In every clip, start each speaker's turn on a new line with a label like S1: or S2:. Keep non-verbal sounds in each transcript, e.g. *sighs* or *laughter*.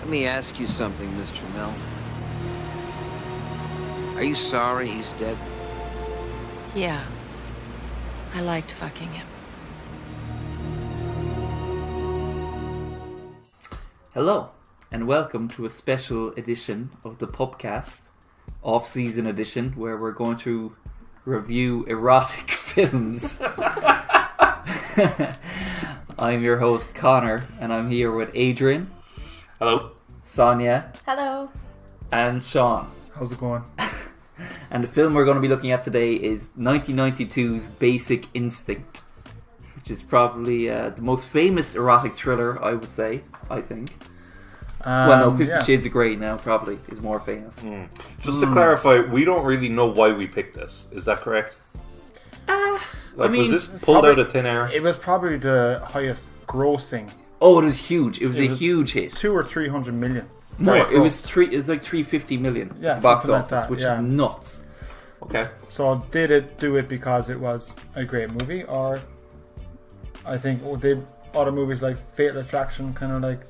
S1: Let me ask you something, Mr. Mill. Are you sorry he's dead?
S2: Yeah. I liked fucking him.
S3: Hello, and welcome to a special edition of the podcast, off season edition, where we're going to review erotic *laughs* films. I'm your host, Connor, and I'm here with Adrian,
S4: Hello.
S3: Sonia,
S5: Hello.
S3: and Sean.
S6: How's it going?
S3: And the film we're going to be looking at today is 1992's Basic Instinct, which is probably uh, the most famous erotic thriller, I would say, I think.
S6: Um,
S3: well, no, Fifty Shades of Grey now probably is more famous.
S6: Mm.
S4: Just to
S3: Hmm.
S4: clarify, we don't really know why we picked this. Is that correct?
S3: Uh,
S4: like,
S6: mean,
S4: was this
S6: it's
S4: pulled out
S6: probably-
S4: of thin air?
S6: It was probably the highest grossing,
S3: Oh, it was huge. It was
S6: It
S3: a
S6: was-
S3: hight hit.
S6: two or three hundred million.
S3: More.
S4: Right.
S3: It was three. It was like three fifty million
S6: Yeah,
S3: at the box
S6: something like
S3: office,
S6: that,
S3: which
S6: yeah.
S3: is nuts.
S4: okay.
S6: So did it do it because it was a great movie, or I think oh, did other movies like Fatal Attraction kind of like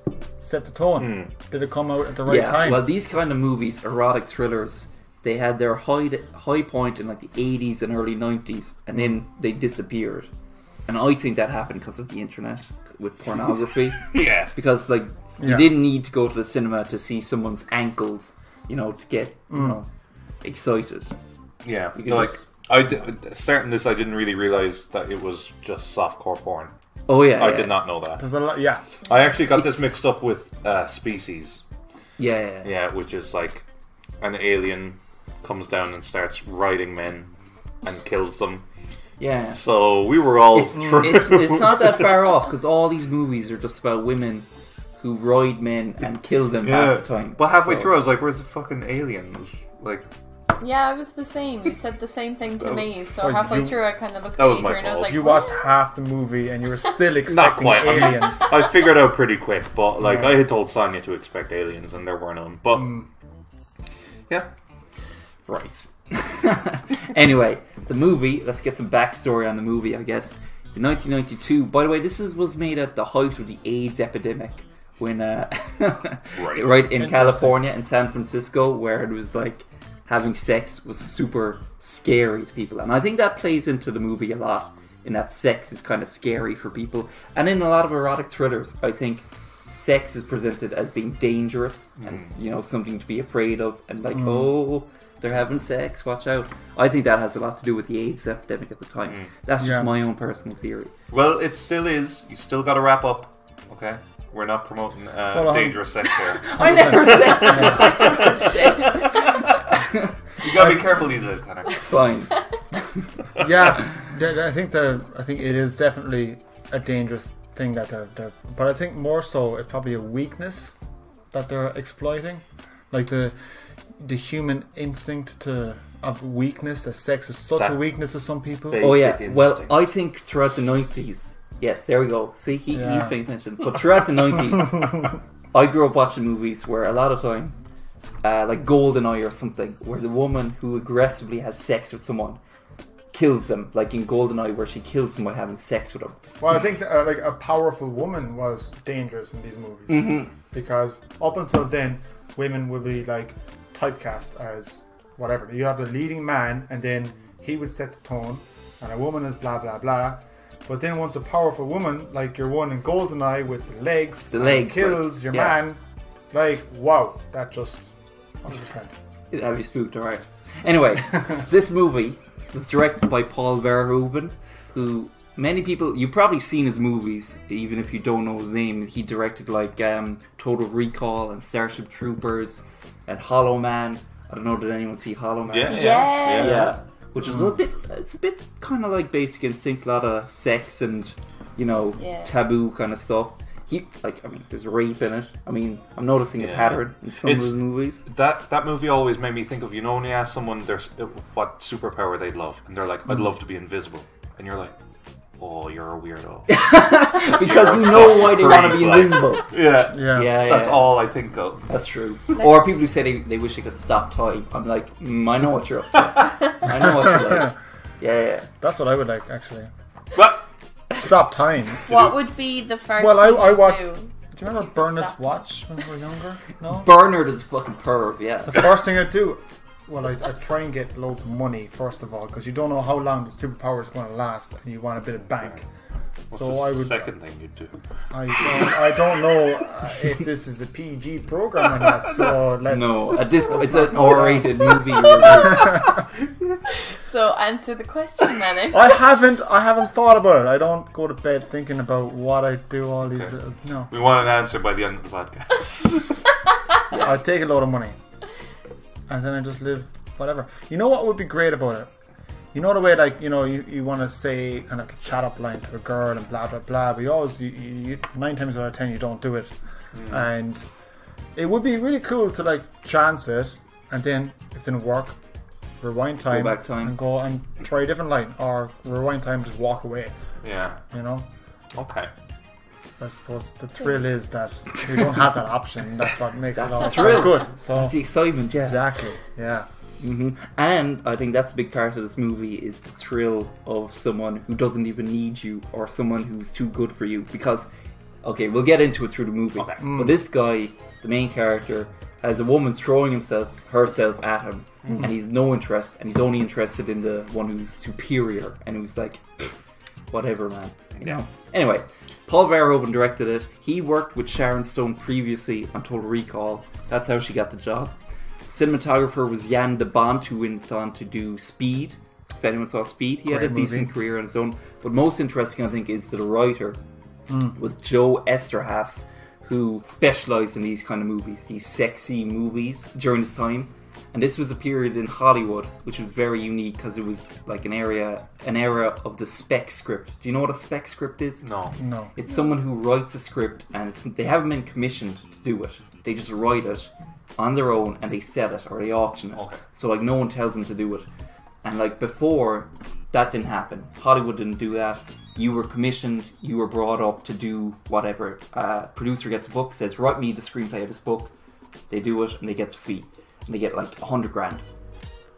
S6: set the tone?
S4: Hmm.
S6: Did it come out at the right
S3: yeah.
S6: time?
S3: Well, these kind of movies, erotic thrillers, they had their high high point in like the eighties and early nineties, and
S6: Mm.
S3: then they disappeared. And I think that happened because of the internet with pornography. *laughs*
S4: Yeah.
S3: because like you
S6: Yeah.
S3: didn't need to go to the cinema to see someone's ankles, you know, to get
S6: Mm.
S3: you know excited.
S4: Yeah.
S3: You can
S4: Like,
S3: just-
S4: I di- starting this, I didn't really realize that it was just softcore porn.
S3: Oh yeah,
S4: I
S3: yeah.
S4: did not know that.
S6: There's a lot. Yeah,
S4: I actually got this
S3: It's-
S4: mixed up with uh, Species.
S3: Yeah, yeah, yeah.
S4: Yeah, which is like an alien comes down and starts riding men and kills them.
S3: yeah.
S4: So we were all
S3: It's,
S4: through.
S3: it's, it's
S4: *laughs*
S3: not that far off because all these movies are just about women who ride men and kill them half the time.
S4: But halfway
S3: So-
S4: through, I was like, "Where's the fucking aliens?" Like,
S5: Yeah, it was the same. You said the same thing to me. So
S6: Oh,
S5: halfway
S6: you-
S5: through, I kind of looked
S4: That
S5: at
S4: was
S5: Adrian.
S4: my
S5: and I was
S4: fault.
S5: like,
S6: you watched
S5: "What?"
S6: half the movie and you were still
S4: *laughs* not
S6: expecting
S4: quite. I'm-
S6: aliens.
S4: I figured out pretty quick, but like
S6: Yeah. Mm.
S4: I had told Sonya to expect aliens, and there were none. But yeah,
S3: Right. *laughs* anyway, the movie. Let's get some backstory on the movie, I guess. In 1992, by the way, this is, was made at the height of the AIDS epidemic, when uh, *laughs* right. in
S6: Interesting.
S3: California and San Francisco, where it was like having sex was super scary to people, and I think that plays into the movie a lot. In that sex is kind of scary for people, and in a lot of erotic thrillers, I think sex is presented as being dangerous and you know something to be afraid of and like oh they're having sex watch out i think that has a lot to do with the aids epidemic at the time that's just
S6: Yeah.
S3: my own personal theory
S4: well, it still is. You still got to wrap up. Okay, we're not promoting uh,
S6: Well, um,
S4: dangerous sex
S6: *laughs*
S4: here.
S3: i never said I never said-
S4: You gotta be careful these days, Connor.
S3: fine
S6: yeah, th- I think the I think it is definitely a dangerous thing that they're, they're but I think more so it's probably a weakness that they're exploiting, like the the human instinct to of weakness. That sex is such
S4: That-
S6: a weakness to some people.
S4: They-
S3: oh yeah
S4: Basic
S3: well
S4: instinct.
S3: i think throughout the 90s yes there we go see he,
S6: Yeah.
S3: he's paying attention but throughout the 90s
S6: *laughs*
S3: i grew up watching movies where a lot of time uh, like goldeneye or something where the woman who aggressively has sex with someone kills them like in goldeneye where she kills them by having sex with them
S6: Well, I think uh, like a powerful woman was dangerous in these movies
S3: Mm-hmm.
S6: because up until then, women would be like typecast as whatever. You have the leading man, and then he would set the tone, and a woman is blah blah blah. But then once a powerful woman, like your one in Goldeneye with the legs,
S3: The
S6: and
S3: legs,
S6: kills
S3: right.
S6: your
S3: Yeah.
S6: man, like wow, that just 100. percent
S3: It had me spooked, alright.
S4: *laughs*
S3: Anyway, this movie was directed by Paul Verhoeven, who many people you've probably seen his movies, even if you don't know his name. He directed like um, Total Recall and Starship Troopers and Hollow Man. I don't know, did anyone see Hollow Man?
S4: Yeah, yeah,
S5: Yes.
S4: yeah.
S3: Yeah. Which was a bit it's a bit kinda like basic instinct, a lot of sex and you know,
S5: Yeah.
S3: taboo kind of stuff. He like I mean there's rape in it. I mean I'm noticing a
S4: Yeah.
S3: pattern in some
S4: It's-
S3: of his movies.
S4: That that movie always made me think of you know when you ask someone their s- uh, what superpower they'd love, and they're like,
S6: Mm.
S4: "I'd love to be invisible," and you're like, "Oh, you're a
S6: *laughs*
S4: weirdo."
S3: Because you know why they want to be
S4: Like-
S3: invisible.
S4: yeah,
S6: Yeah.
S3: Yeah, yeah,
S4: That's
S3: yeah.
S4: all I think of.
S3: That's true. Or people who say they, they wish they could stop time. I'm like, mm, I know what you're up to. I know what you're like. Yeah, yeah.
S6: That's what I would like actually.
S4: Well,
S6: Stop time.
S5: What would be the first
S6: Well, I-
S5: thing
S6: I
S5: you
S6: watch-
S5: do?
S6: Do you remember
S5: could
S6: Bernard's
S5: stop.
S6: watch when we were younger? No.
S3: Bernard is a fucking perv, yeah.
S6: the first thing I do, well, I, I try and get loads of money first of all because you don't know how long the superpower is going to last, and you want a bit of bank.
S4: What's
S6: so
S4: the
S6: I would.
S4: second thing you'd do?
S6: I don't. I don't know uh, if this is a PG program or not.
S4: *laughs*
S6: So let's.
S3: No, *laughs* at this point, it's an *laughs* R-rated movie. review.
S5: So answer the question, Manic.
S6: I haven't. I haven't thought about it. I don't go to bed thinking about what I do. All these. little no.
S4: We want an answer by the end of the podcast.
S6: I take a load of money, and then I just live whatever. You know what would be great about it? You know the way like you know you, you want to say kind of like a chat up line to a girl and blah blah blah, but you always you, you, you- nine times out of ten you don't do it,
S3: Mm.
S6: and it would be really cool to like chance it, and then if it didn't work, rewind time,
S3: back time.
S6: and go and try a different line, or rewind time just walk away.
S4: yeah.
S6: You know,
S4: Okay.
S6: I suppose the thrill is that we don't have that option. That's what makes it all
S3: That's real
S6: so good. So
S3: That's the excitement, yeah.
S6: Exactly. Yeah.
S3: hmm And I think that's a big part of this movie is the thrill of someone who doesn't even need you or someone who's too good for you. Because, okay, we'll get into it through the movie.
S4: Okay.
S3: But this guy, the main character, has a woman throwing himself herself at him, and he's no interest, and he's only interested in the one who's superior and who's like, whatever, man. You know. Anyway, Paul Verhoeven directed it. He worked with Sharon Stone previously on Total Recall. That's how she got the job. Cinematographer was Jan de Bont, who went on to do Speed. If anyone saw Speed, he had
S6: Great
S3: a
S6: movie.
S3: decent career on his own. But most interesting, I think, is that the writer was Joe Esterhas, who specialised in these kind of movies, these sexy movies during his time. And this was a period in Hollywood which was very unique because it was like an area, an era of the spec script. Do you know what a spec script is?
S4: No.
S6: No.
S3: It's someone who writes a script and it's, they haven't been commissioned to do it. They just write it on their own and they sell it or they auction it.
S4: Okay.
S3: So like no one tells them to do it. And like before, that didn't happen. Hollywood didn't do that. You were commissioned. You were brought up to do whatever. Uh, producer gets a book, says write me the screenplay of this book. They do it and they get the fee and they get like a hundred grand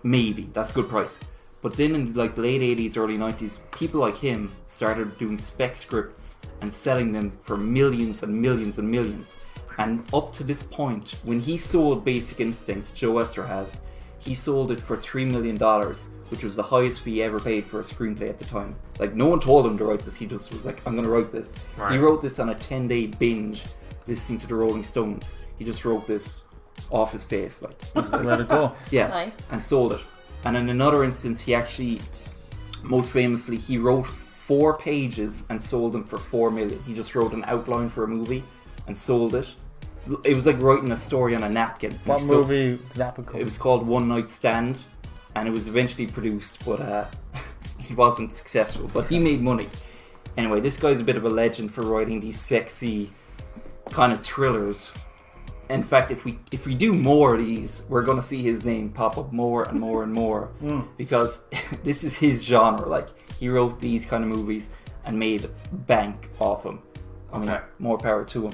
S3: maybe that's a good price. But then in like the late eighties, early nineties, people like him started doing spec scripts and selling them for millions and millions and millions. And up to this point, when he sold Basic Instinct, Joe Wester has, he sold it for three million dollars, which was the highest fee ever paid for a screenplay at the time. Like no one told him to write this; he just was like, "I'm going to write this." He
S4: Right.
S3: wrote this on a ten-day binge, listening to the Rolling Stones. He just wrote this off his face, like
S6: Let
S3: *laughs*
S6: it go.
S3: yeah.
S5: Nice.
S3: And sold it. And in another instance, he actually, most famously, he wrote four pages and sold them for four million. He just wrote an outline for a movie and sold it. It was like writing a story on a napkin. And
S6: What
S3: he sold-
S6: movie did that become?
S3: It was called One Night Stand, and it was eventually produced, but uh, *laughs* it wasn't successful. But he made money. Anyway, this guy's a bit of a legend for writing these sexy kind of thrillers. In fact, if we if we do more of these, we're going to see his name pop up more and more and
S4: *laughs*
S3: more
S4: Hmm.
S3: because *laughs* this is his genre. Like he wrote these kind of movies and made bank off them. I mean,
S4: Okay.
S3: more power to him.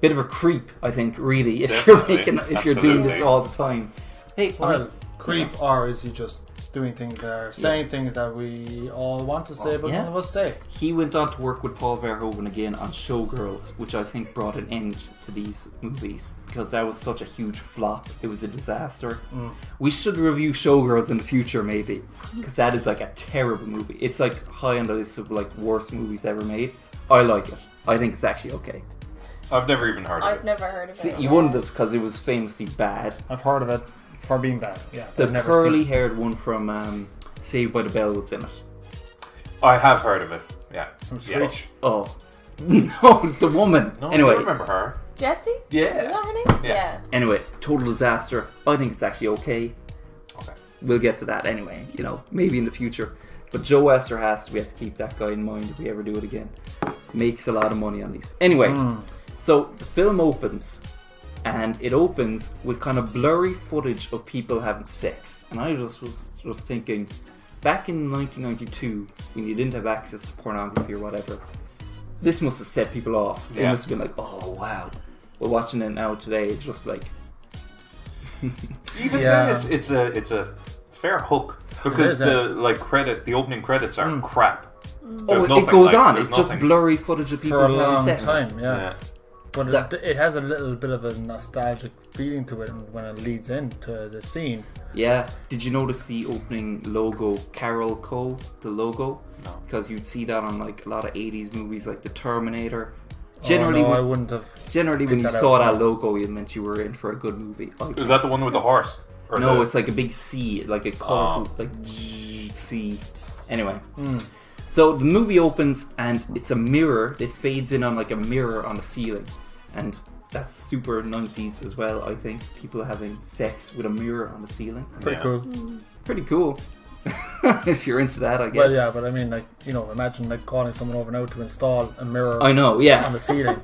S3: Bit of a creep, I think, really, *laughs* if
S4: Definitely.
S3: you're making if you're doing this
S4: Absolutely.
S3: all the time. Hey, I
S6: well,
S3: mean,
S6: creep, or is he just doing things that are saying things that we all want to say but
S3: yeah.
S6: none of us say?
S3: he went on to work with Paul Verhoeven again on Showgirls, which I think brought an end to these movies because that was such a huge flop. It was a disaster.
S6: Mm.
S3: We should review Showgirls in the future, maybe, because that is like a terrible movie. It's like high on the list of like worst movies ever made. I like it. I think it's actually okay.
S4: I've never even heard of
S5: I've
S4: it.
S5: never heard of
S3: See,
S5: it.
S3: you wouldn't have because it was famously bad.
S6: I've heard of it for being bad. Yeah.
S3: The
S6: I've never seen
S3: curly-haired one from um, Saved by the Bell was in it.
S4: I have heard of it. Yeah.
S6: it.
S4: yeah.
S6: Screech.
S3: Oh. *laughs*
S6: Mm.
S3: No, the woman.
S4: No,
S3: anyway,
S4: I remember her.
S5: Jesse?
S4: Yeah.
S5: Is that her name?
S4: Yeah.
S3: Anyway, total disaster. I think it's actually okay.
S4: Okay.
S3: We'll get to that anyway, you know, maybe in the future. But Joe Wester has, we have to keep that guy in mind if we ever do it again. Makes a lot of money on these. Anyway, so the film opens, and it opens with kind of blurry footage of people having sex. And I just was just thinking, back in 1992, when you didn't have access to pornography or whatever, this must have set people off. They
S4: Yeah.
S3: must have been like, oh wow. We're watching it now today. It's just like
S4: Even
S6: Yeah.
S4: then, it's it's a it's a fair hook because
S6: is,
S4: the like credit the opening credits are crap. There's
S3: Oh, it
S5: Mm.
S4: nothing,
S3: goes
S4: like,
S3: on.
S4: there's
S3: It's just
S4: nothing.
S3: blurry footage of people
S6: For a
S3: having
S6: long
S3: sex.
S6: time, yeah.
S4: Yeah.
S6: But
S3: That-
S6: it, it has a little bit of a nostalgic feeling to it when it leads into the scene.
S3: Yeah. Did you notice the opening logo, Carol Co, the logo?
S4: No.
S3: Because you'd see that on like a lot of 80s movies like The Terminator. Generally,
S6: oh, no,
S3: when-
S6: I wouldn't have.
S3: generally when you
S6: Pick that
S3: saw
S6: out.
S3: that logo, it meant you were in for a good movie. Like,
S4: Is that the one with the horse? Or
S3: no,
S4: the-
S3: it's like a big C, like a colorful,
S6: Oh.
S3: like C. Anyway,
S6: Hmm.
S3: so the movie opens and it's a mirror. It fades in on like a mirror on the ceiling, and that's super 90s as well. I think people having sex with a mirror on the ceiling,
S6: Pretty
S4: Yeah.
S6: cool.
S3: Mm. pretty cool. *laughs* if you're into that, I guess.
S6: Well, yeah, but I mean, like, you know, imagine like calling someone over now to install a mirror
S3: I know. Yeah,
S6: on the ceiling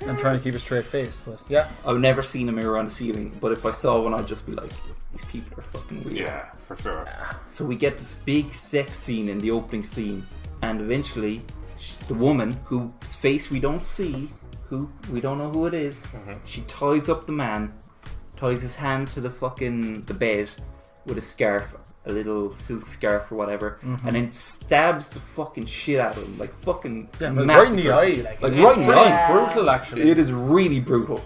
S6: and trying to keep a straight face. But yeah,
S3: I've never seen a mirror on the ceiling, but if I saw one, I'd just be like, these people are fucking weird.
S4: Yeah, for sure.
S3: So we get this big sex scene in the opening scene, and eventually, sh- the woman whose face we don't see, who we don't know who it is,
S6: Mm-hmm.
S3: she ties up the man, ties his hand to the fucking the bed with a scarf, a little silk scarf or whatever,
S6: Mm-hmm.
S3: and then stabs the fucking shit out of him, like fucking
S6: yeah but right in the
S3: massacre.
S6: eye, like,
S3: like right in the eye.
S6: brutal actually.
S3: It is really brutal.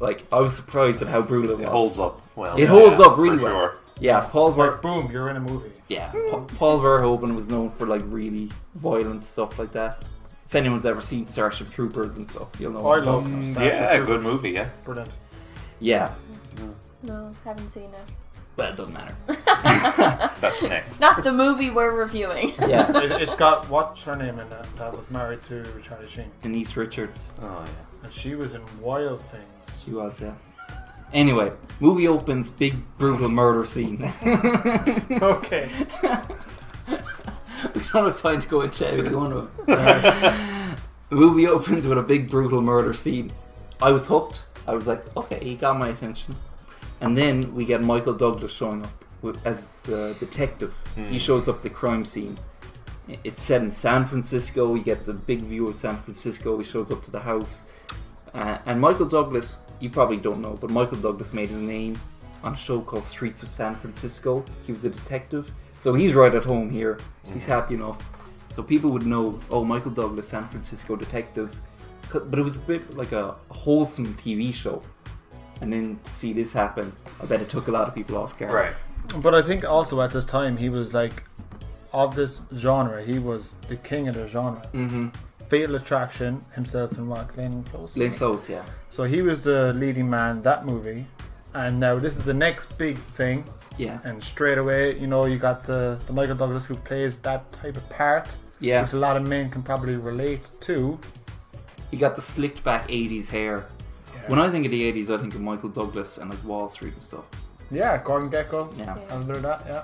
S3: Like I was surprised at how brutal it was.
S4: It holds up well.
S3: It holds
S4: yeah,
S3: up really
S4: for
S3: well.
S4: Sure.
S3: Yeah, Paul's like,
S6: Like, boom, you're in a movie.
S3: yeah, Pa- Paul Verhoeven was known for like really violent stuff like that. If anyone's ever seen Starship Troopers and stuff, you'll know.
S6: I love.
S4: Oh, Yeah, good movie. Yeah,
S6: Brilliant.
S3: Yeah,
S5: No, haven't seen it.
S3: well, it doesn't matter. *laughs*
S4: that's next.
S5: Not the movie we're reviewing.
S3: Yeah,
S6: it, it's got what's her name in that that was married to Charlie Sheen,
S3: Denise Richards,
S4: Oh
S6: and she was in Wild Things.
S3: *laughs* she was. Yeah. Anyway, movie opens, big brutal murder scene. *laughs* we don't
S6: Okay,
S3: *laughs* have time to go into every one of them.
S4: yeah.
S3: The movie opens with a big brutal murder scene. I was hooked. I was like, okay, he got my attention. And then we get Michael Douglas showing up with, as the detective. He shows up at the crime scene. I- It's set in San Francisco. We get the big view of San Francisco. He shows up to the house. Uh, and Michael Douglas, you probably don't know, but Michael Douglas made his name on a show called Streets of San Francisco. He was a detective. So he's right at home here. He's happy enough. So people would know, oh, Michael Douglas, San Francisco detective. C- But it was a bit like a wholesome TV show. And then to see this happen, I bet it took a lot of people off guard. *laughs*
S4: right.
S6: but I think also at this time he was like, of this genre, he was the king of the genre.
S3: hmm
S6: Fatal Attraction himself and what Glenn Close.
S3: Lynn Close, yeah.
S6: So he was the leading man that movie, and now this is the next big thing.
S3: Yeah.
S6: And straight away, you know, you got the, the Michael Douglas who plays that type of part,
S3: Yeah.
S6: which a lot of men can probably relate to.
S3: He got the slicked back 80s hair. When I think of the 80s, I think of Michael Douglas and like Wall Street and stuff.
S6: Yeah, Gordon Gecko.
S3: Yeah.
S5: Yeah.
S6: Under that, yeah.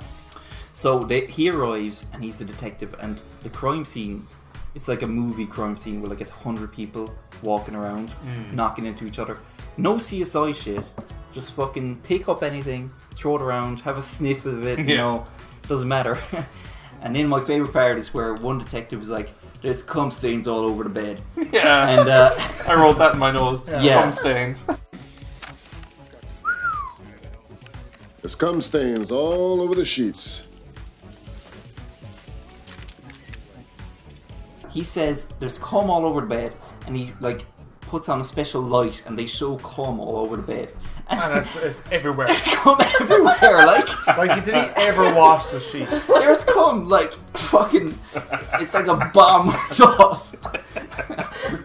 S3: So they, he arrives and he's the detective, and the crime scene. It's like a movie crime scene with like a hundred people walking around, knocking into each other. No CSI shit. Just fucking pick up anything, throw it around, have a sniff of it. You
S4: Yeah.
S3: know, doesn't matter. *laughs* and then my favorite part is where one detective is like, "There's cum stains all over the bed,"
S4: Yeah,
S3: and uh, *laughs*
S4: I wrote that in my notes.
S3: Yeah.
S4: Cum stains. *laughs*
S7: There's cum stains all over the sheets.
S3: he says there's cum all over the bed, and he like puts on a special light, and they show cum all over the bed.
S6: And it's, it's
S3: *laughs*
S6: everywhere.
S3: There's cum everywhere, like.
S6: like, he didn't ever wash the sheets.
S3: There's cum, like fucking, it's like a bomb went off. *laughs*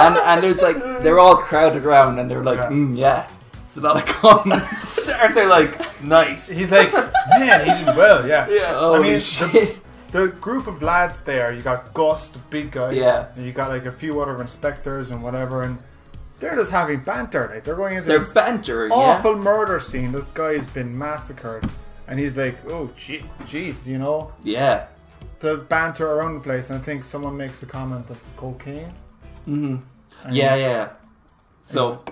S3: and and there's like they're all crowded around and they're like,
S6: Yeah.
S3: yeah, mm, yeah it's a lot of cum.
S4: Aren't they like nice?
S6: He's like, man, he did
S3: *laughs*
S6: well, *laughs* yeah.
S3: Holy
S6: mean, the-
S3: shit.
S6: The group of lads there, you got Gus, the big guy.
S3: Yeah.
S6: And you got like a few other inspectors and whatever, and they're just having banter. Like, they're going into
S3: They're
S6: this
S3: banter, yeah.
S6: awful murder scene. This guy's been massacred, and he's like, "Oh, gee- jeez," you know,
S3: Yeah.
S6: the banter around the place. And I think someone makes a comment of cocaine. And-
S3: Yeah, yeah. So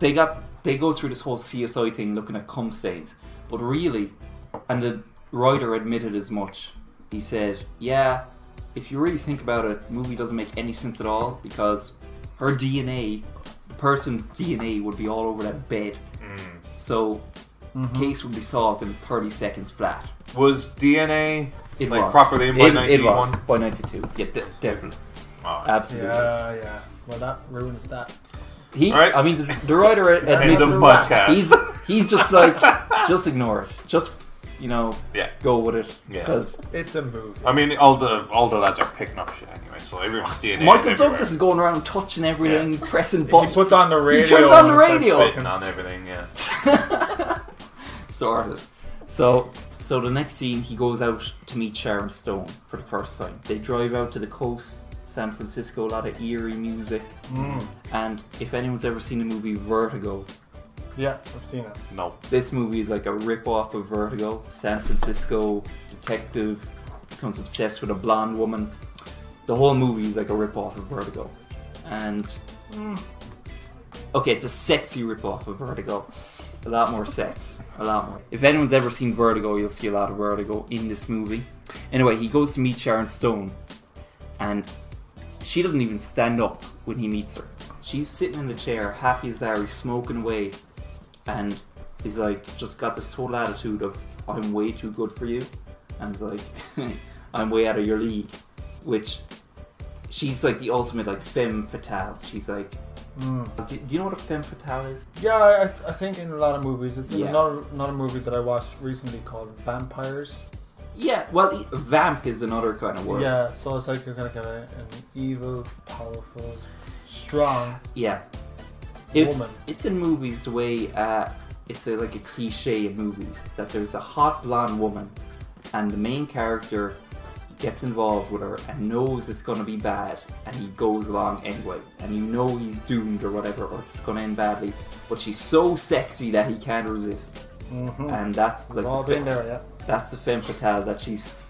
S3: they got they go through this whole CSI thing looking at cum stains, but really, and the writer admitted as much. He said, "Yeah, if you really think about it, movie doesn't make any sense at all because her DNA, the person's DNA, would be all over that bed.
S4: Mm.
S3: So case would be solved in 30 seconds flat.
S4: was DNA
S3: It
S4: like
S3: was
S4: properly in by
S3: It- it was.
S4: 91?
S3: by 92. Yeah, de- definitely,
S4: Oh,
S3: absolutely.
S6: Yeah, yeah. Well, that ruins that.
S3: He,
S4: Right.
S3: I mean, the, the writer
S4: *laughs*
S3: admits
S4: of
S3: that.
S4: podcast.
S3: He's he's just like, just ignore it. Just you know,
S4: Yeah.
S3: go with it.
S4: Yeah.
S3: Because
S6: It's a movie.
S4: I mean, all the all the lads are picking up shit anyway, so everyone's DNA
S3: Michael
S4: is everywhere.
S3: Douglas is going around touching everything, pressing
S6: He
S3: buttons,
S6: puts on the radio.
S3: turns on
S6: and
S3: the
S6: it's
S3: radio.
S6: fucking-
S4: Spitting on everything, yeah.
S3: *laughs* sorted. So, so the next scene, he goes out to meet Sharon Stone for the first time. They drive out to the coast, San Francisco, a lot of eerie music. And if anyone's ever seen the movie Vertigo,
S6: Yeah, I've seen it.
S4: No.
S3: this movie is like a rip-off of Vertigo. San Francisco detective becomes obsessed with a blonde woman. The whole movie is like a rip-off of Vertigo. And hmm, okay, it's a sexy rip-off of Vertigo. A lot more sex. A lot more. If anyone's ever seen Vertigo, you'll see a lot of Vertigo in this movie. Anyway, he goes to meet Sharon Stone and she doesn't even stand up when he meets her. She's sitting in the chair, happy as Larry, smoking away, and he's like, just got this total attitude of, I'm way too good for you, and like, *laughs* I'm way out of your league, which she's like the ultimate like femme fatale. She's like, do, do you know what a femme fatale is?
S6: Mm. Yeah, I, I th- I think in a lot of movies. It's
S3: Yeah.
S6: another another movie that I watched recently called Vampires.
S3: Yeah, well, e- vamp is another kind of word.
S6: Yeah, so it's like you're kind of got a- an evil, powerful, strong.
S3: Yeah. It's
S6: Woman.
S3: it's in movies the way uh, it's a, like a cliche in movies that there's a hot blonde woman and the main character gets involved with her and knows it's going to be bad and he goes along anyway and you know he's doomed or whatever or it's going to end badly but she's so sexy that he can't resist and that's like
S6: We've all
S3: the
S6: been
S3: fi-
S6: there, yeah.
S3: that's the femme fatale that she's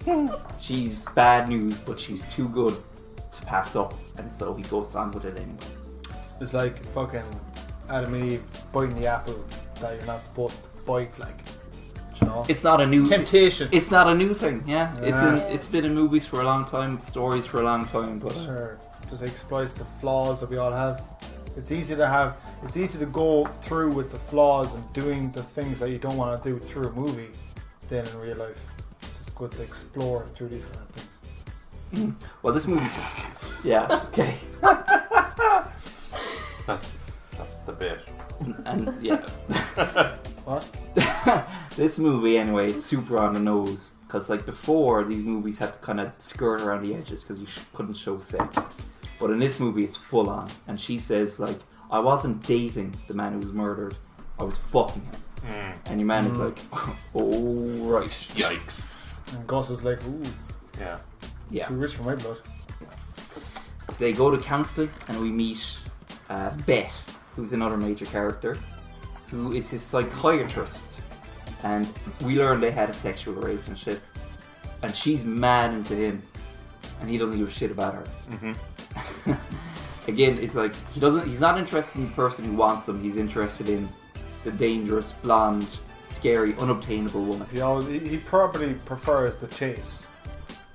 S3: she's bad news but she's too good to pass up and so he goes on with it anyway
S6: It's like fucking Adam and Eve biting the apple that you're not supposed to bite, like, you know?
S3: it's not a new
S6: temptation.
S3: It's not a new thing, yeah. It's
S6: Yeah.
S3: in, it's been in movies for a long time, stories for a long time, but
S6: Sure, just exploits the flaws that we all have. It's easy to have. It's easy to go through with the flaws and doing the things that you don't want to do through a movie, than in real life. It's just good to explore through these kind of things.
S3: well, this movie's yeah okay,
S4: That's that's the bit.
S3: and yeah, *laughs*
S6: What?
S3: this movie anyway is super on the nose because like before these movies had to kind of skirt around the edges because you sh- couldn't show sex, but in this movie it's full on, and she says like I wasn't dating the man who was murdered, I was fucking him, and your man is like, *laughs* oh right,
S4: Yikes.
S6: And Gus is like, ooh,
S4: Yeah.
S3: yeah.
S6: too rich for my blood.
S3: they go to counseling and we meet uh, Bet, who's another major character, who is his psychiatrist. And we learn they had a sexual relationship, and she's mad into him, and he doesn't give a shit about her. *laughs* Again, it's like he doesn't. He's not interested in the person who wants him. He's interested in the dangerous, blonde, scary, unobtainable woman.
S6: He always, he, he probably prefers the chase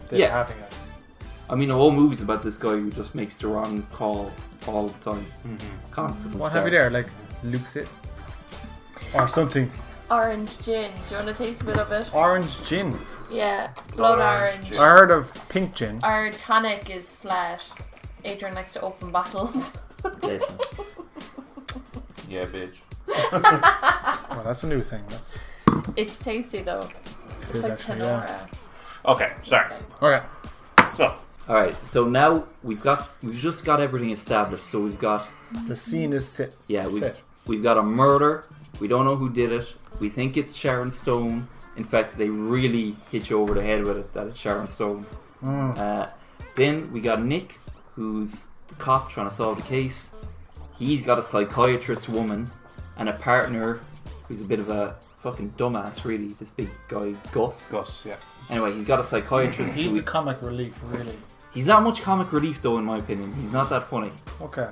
S6: than
S3: Yeah.
S6: having it.
S3: I mean, the whole movie's about this guy who just makes the wrong call all the time, constantly.
S6: What
S3: so-
S6: have you there? Like, Luke's it. Or something.
S5: *laughs* Orange gin. Do you want to taste a bit of it?
S6: Orange gin.
S5: Yeah, it's blood
S4: Orange
S5: orange.
S4: gin.
S6: I heard of pink gin.
S5: Our tonic is flat. Adrian likes to open bottles. *laughs*
S3: Yeah.
S4: Yeah, bitch.
S6: Well, that's a new thing.
S5: it's tasty though.
S6: That is
S5: It's like
S6: actually, yeah.
S5: tenora.
S4: Okay, sorry.
S6: Okay.
S4: So
S3: All right, so now we've got we've just got everything established. So we've got
S6: The scene is set.
S3: yeah, we've,
S6: set.
S3: we've got a murder. We don't know who did it. We think it's Sharon Stone. In fact, they really hit you over the head with it that it's Sharon Stone. Uh, then we got Nick, who's the cop trying to solve the case. He's got a psychiatrist woman and a partner who's a bit of a fucking dumbass, really. This big guy, Gus.
S4: Gus, yeah.
S3: Anyway, he's got a psychiatrist.
S6: *laughs* He's
S3: who-
S6: the comic relief, really.
S3: he's not much comic relief, though, in my opinion. He's not that funny.
S5: *laughs*
S6: Okay.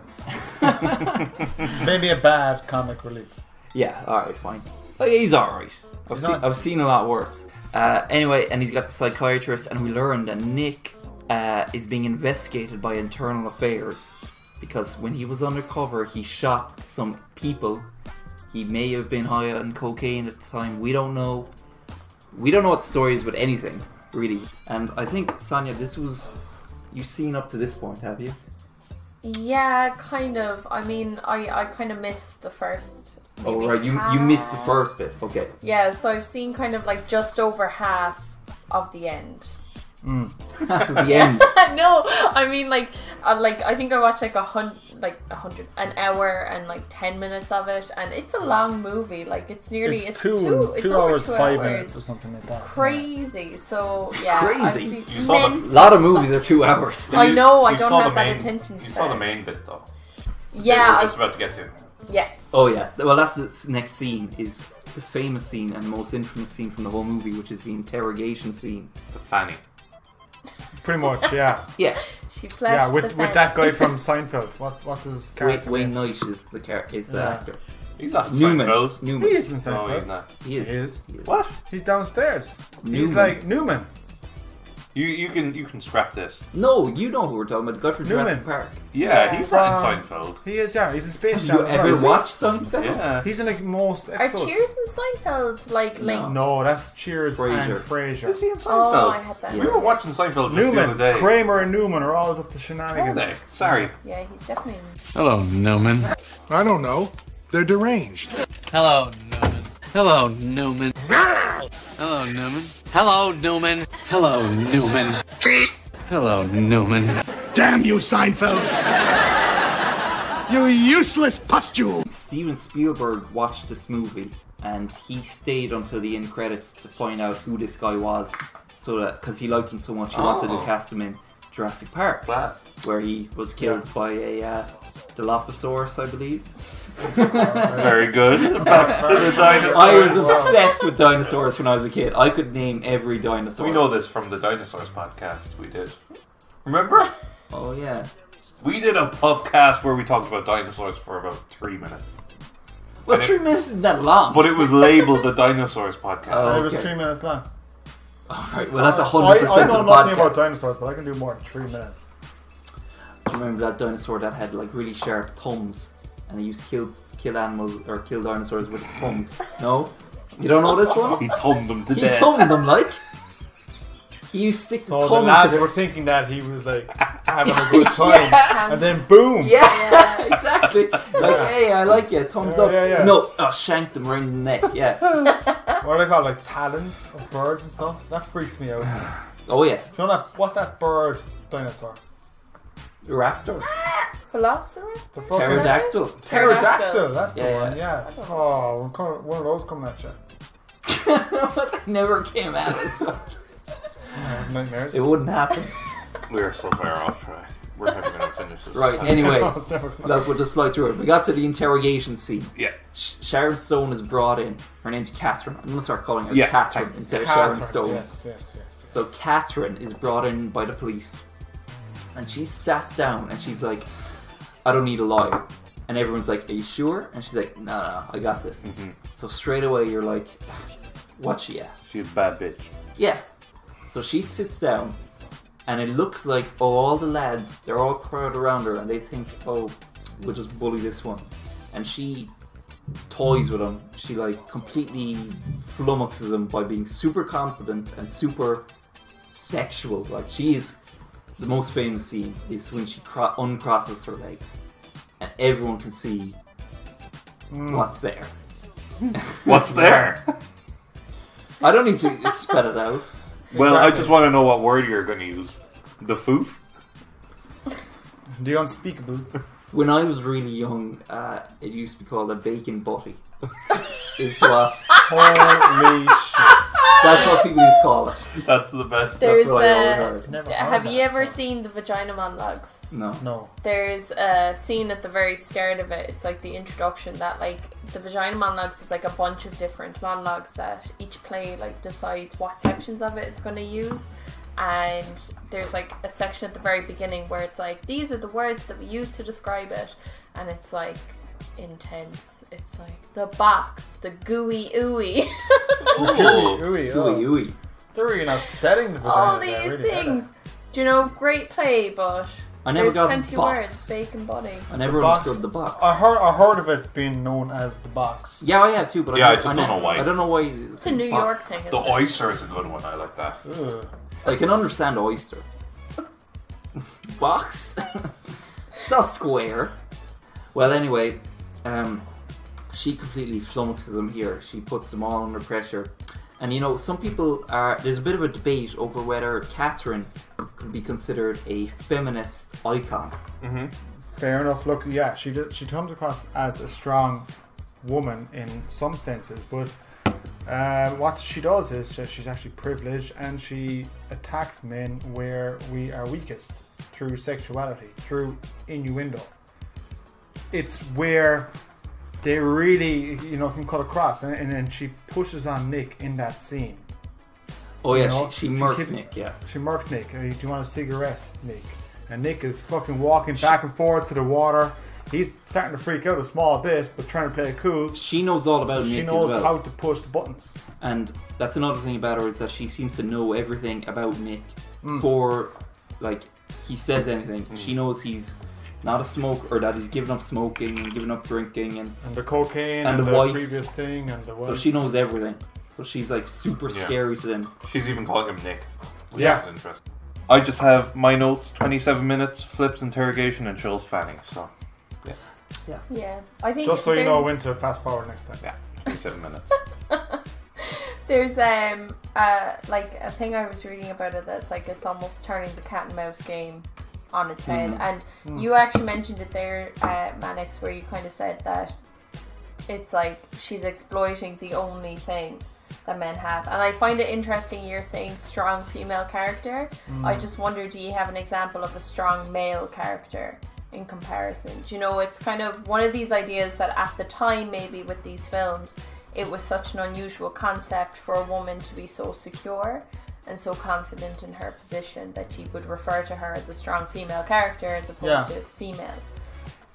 S6: Maybe a bad comic relief.
S3: Yeah, alright, fine. Like, he's alright. I've,
S6: He's
S3: seen,
S6: not-
S3: I've seen a lot worse. Uh, anyway, and he's got the psychiatrist, and we learned that Nick uh, is being investigated by internal affairs because when he was undercover, he shot some people. He may have been high on cocaine at the time. We don't know. We don't know what the story is with anything, really. And I think, Sonia, this was. You've seen up to this point, have you?
S5: Yeah, kind of. I mean, I, I kind of missed the first.
S3: Oh
S5: maybe
S3: right, you you missed the first bit. Okay.
S5: Yeah, so I've seen kind of like just over half of the end. *laughs*
S3: Half of the end.
S5: no, I mean like uh, like I think I watched like a hundred like a hundred an hour and like ten minutes of it, and it's a long movie. Like it's nearly it's, two, it's
S6: two
S5: over
S6: hours
S5: two
S6: five
S5: hours.
S6: minutes or something like that.
S5: Crazy. So yeah,
S3: Crazy.
S5: I've seen
S4: You saw
S3: *laughs*
S4: the-
S3: A
S5: men-
S3: lot of movies are two hours.
S5: I know, I
S4: You
S5: don't
S4: saw
S5: have
S4: the
S5: that
S4: main-
S5: attention
S4: You saw
S5: span.
S4: the main bit though.
S5: yeah,
S4: We're
S5: I-
S4: just about to get to.
S5: yeah.
S3: Oh yeah. Well, that's the s- next scene is the famous scene and most infamous scene from the whole movie, which is the interrogation scene.
S4: The Fanny.
S6: Pretty much,
S5: *laughs*
S6: yeah,
S3: Yeah.
S5: She flashed
S6: yeah.
S5: the
S6: With with
S5: fan.
S6: that guy from Seinfeld. What what's his
S3: Wayne,
S6: character?
S3: Wayne
S6: name?
S3: Knight is the car- is the
S6: Yeah.
S3: actor.
S4: He's not in
S3: Newman.
S4: Seinfeld.
S3: Newman.
S6: He is in
S4: No, he's
S6: Seinfeld.
S4: not.
S3: He is.
S6: He is.
S4: What?
S6: He's downstairs. He's
S3: Newman.
S6: like Newman.
S4: You you can you can scrap this.
S3: No, you know who we're talking about. The guy from Jurassic
S6: Newman.
S3: Park.
S4: Yeah, he's not in
S6: Um,
S4: Seinfeld.
S6: He is. Yeah, he's in Space
S3: Have
S6: Jam.
S3: you
S6: as well,
S3: ever
S6: isn't he?
S3: watched Seinfeld?
S4: Yeah.
S6: He's in like most
S5: Are
S6: episodes.
S5: Cheers and Seinfeld like linked?
S6: No, that's Cheers and
S4: Is
S6: Frasier.
S4: he in Seinfeld?
S5: Oh, I had that.
S4: We were watching Seinfeld just the
S6: Newman,
S4: other day.
S6: Kramer, and Newman are always up to
S4: Were
S6: shenanigans.
S4: they? Sorry.
S5: Yeah, he's definitely. in-
S8: Hello, Newman.
S7: I don't know. They're deranged.
S8: Hello, Newman. Hello, Newman. Hello, Newman. Hello, Newman. Hello, Newman. Hello, Newman.
S7: Damn you, Seinfeld! you useless pustule!
S3: Steven Spielberg watched this movie and he stayed until the end credits to find out who this guy was, so that because he liked him so much, he wanted to
S4: Oh.
S3: cast him in Jurassic Park,
S4: Class.
S3: where he was killed by a uh, Dilophosaurus, I believe.
S4: Very
S3: *laughs*
S4: good. Back to the dinosaurs.
S3: I was obsessed with dinosaurs when I was a kid. I could name every dinosaur.
S4: We know this from the dinosaurs podcast we did. Remember?
S3: Oh yeah.
S4: We did a podcast where we talked about dinosaurs for about three minutes.
S3: Well,
S4: And it-
S3: three minutes isn't that long.
S4: But it was labeled the dinosaurs podcast.
S3: Oh.
S6: It was
S3: Okay.
S6: three minutes long.
S3: All right, well, that's a
S6: I,
S3: hundred
S6: I
S3: percent
S6: know
S3: of the
S6: nothing about
S3: podcast.
S6: dinosaurs, but I can do more than three minutes.
S3: Do you remember that dinosaur that had like really sharp thumbs, and he used to kill kill animals or kill dinosaurs with his thumbs? No, you don't know this one.
S4: *laughs* He thumbed them to
S3: He
S4: death.
S3: thumbed them like. He used to stick
S6: So
S3: the
S6: the
S3: thumb
S6: lads
S3: into
S6: were
S3: the...
S6: thinking that he
S3: *laughs*
S6: was like having a good time,
S3: Yeah.
S6: and then boom.
S3: Yeah, *laughs*
S5: Uh,
S3: exactly. Like, hey, I like you. Thumbs
S6: Yeah,
S3: up.
S6: yeah, yeah.
S3: No, oh, shanked them around the neck.
S6: *laughs*
S3: Yeah.
S6: What are they called? Like talons of birds and stuff. That freaks me out. Do
S3: Oh yeah,
S6: you know that? What's that bird dinosaur?
S3: raptor,
S5: Velociraptor?
S6: The fucking
S3: pterodactyl.
S6: Pterodactyl, that's the
S3: Yeah,
S6: one, yeah. Oh, one co- one of those coming at you.
S3: *laughs* That never came out. as well.
S6: Nightmares.
S3: It wouldn't happen.
S4: We are so far off track. We're never going to finish this.
S6: *laughs*
S3: Right. Anyway,
S6: It's never coming.
S3: look, we'll just fly through it. We got to the interrogation scene.
S4: Yeah.
S3: Sh- Sharon Stone is brought in. Her name's Catherine. I'm gonna start calling her
S4: Yeah.
S3: Catherine instead of Sharon Stone.
S6: Yes, yes, yes.
S3: So Catherine is brought in by the police, and she's sat down and she's like, "I don't need a lawyer." And everyone's like, "Are you sure?" And she's like, "No, no, I got this." So straight away you're like, "What's she at?"
S4: She's a bad bitch.
S3: Yeah. So she sits down, and it looks like oh, all the lads they're all crowded around her, and they think, oh, we'll just bully this one, and she toys with him. She like completely flummoxes him by being super confident and super sexual. Like she is the most famous scene is when she cro- uncrosses her legs, and everyone can see what's there. *laughs*
S4: What's there?
S3: I don't need to spell it out.
S4: Well, I
S6: Exactly.
S4: just want to know what word you're going to use. The foof?
S6: The unspeakable.
S3: When I was really young, uh, it used to be called a bacon body. *laughs* it's what
S6: Holy shit.
S3: that's what people used to call it.
S4: That's the best.
S5: There's
S3: That's
S5: uh,
S3: what I always
S5: a.
S3: heard.
S6: Never heard
S5: Have
S6: that
S5: you ever
S6: before.
S5: seen the vagina monologues?
S3: No.
S6: No.
S5: There's a scene at the very start of it. It's like the introduction that like the vagina monologues is like a bunch of different monologues that each play like decides what sections of it it's going to use. And there's like a section at the very beginning where it's like these are the words that we use to describe it, and it's like intense. It's like the box, the gooey ooey. *laughs*
S4: Cool.
S3: Ooey,
S6: Ooey, oh.
S3: ooey.
S6: They're really not setting the vagina
S5: all
S6: there,
S5: these
S6: really, are they?
S5: things. Do you know? Great play, but
S3: I never
S5: there's
S3: got
S5: plenty of
S3: box.
S5: words. Bacon body.
S3: I never
S6: box-
S3: understood the box.
S6: I heard, I heard of it being known as the box.
S3: yeah, I have too, but
S4: Yeah,
S3: I,
S4: I just don't
S3: ne-
S4: know why.
S3: I don't know why.
S5: It's a New York thing. Isn't
S4: The
S5: it?
S4: oyster is a good one. I like that.
S6: Ugh.
S3: *laughs* I can understand oyster. box. That's square. Well, anyway, um, she completely flummoxes him here. She puts them all under pressure. And you know, some people are. There's a bit of a debate over whether Catherine could be considered a feminist icon.
S6: Fair enough. Look, yeah, she did, she comes across as a strong woman in some senses, but uh, what she does is she, she's actually privileged and she attacks men where we are weakest through sexuality, through innuendo. It's where they really, you know, can cut across, and, and then she pushes on Nick in that scene.
S3: Oh, yeah,
S6: You know,
S3: she, she
S6: she
S3: murks
S6: keeps-
S3: Nick, yeah.
S6: She marks Nick. Hey, do you want a cigarette, Nick? And Nick is fucking walking back and forth to the water. He's starting to freak out a small bit, but trying to play it cool.
S3: She knows all about
S6: She
S3: Nick
S6: knows
S3: as well.
S6: how to push the buttons.
S3: And that's another thing about her is that she seems to know everything about Nick before, like, he says anything. She knows he's not a smoker, or that he's given up smoking and given up drinking, and
S6: And the cocaine
S3: And
S6: and,
S3: the
S6: the,
S3: wife.
S6: previous thing and the
S3: so
S6: wife.
S3: she knows everything. So she's like super
S4: Yeah.
S3: scary to them.
S4: She's even calling him Nick. which
S6: Yeah.
S4: is interesting. I just have my notes: twenty-seven minutes, flips interrogation, and Charles Fanning. So
S5: Yeah, I think
S6: Just so you know
S5: there's-
S6: when to fast forward next time.
S4: yeah, twenty-seven *laughs* minutes.
S5: There's um uh like a thing I was reading about it that's like it's almost turning the cat and mouse game on its head.
S3: Hmm.
S5: And
S6: Hmm.
S5: you actually mentioned it there, uh, Manix, where you kind of said that it's like she's exploiting the only thing that men have. And I find it interesting you're saying strong female character. I just wonder, do you have an example of a strong male character? In comparison, do you know it's kind of one of these ideas that at the time, maybe with these films, it was such an unusual concept for a woman to be so secure and so confident in her position that you would refer to her as a strong female character as opposed
S6: Yeah.
S5: to female.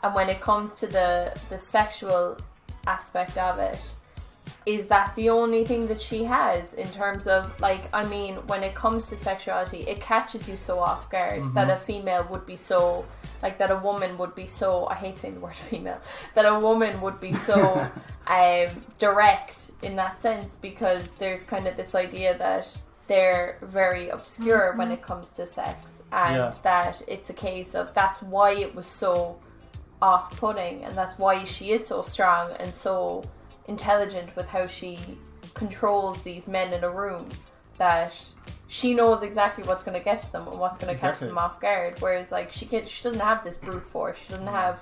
S5: And when it comes to the the sexual aspect of it, is that the only thing that she has in terms of like I mean, when it comes to sexuality, it catches you so off guard that a female would be so like that a woman would be so I hate saying the word *laughs* female that a woman would be so um, direct in that sense because there's kind of this idea that they're very obscure when it comes to sex and
S6: Yeah.
S5: that it's a case of that's why it was so off-putting and that's why she is so strong and so intelligent with how she controls these men in a room that she knows exactly what's going to get to them and what's going to
S6: Exactly.
S5: catch them off guard whereas like she can she doesn't have this brute force she doesn't have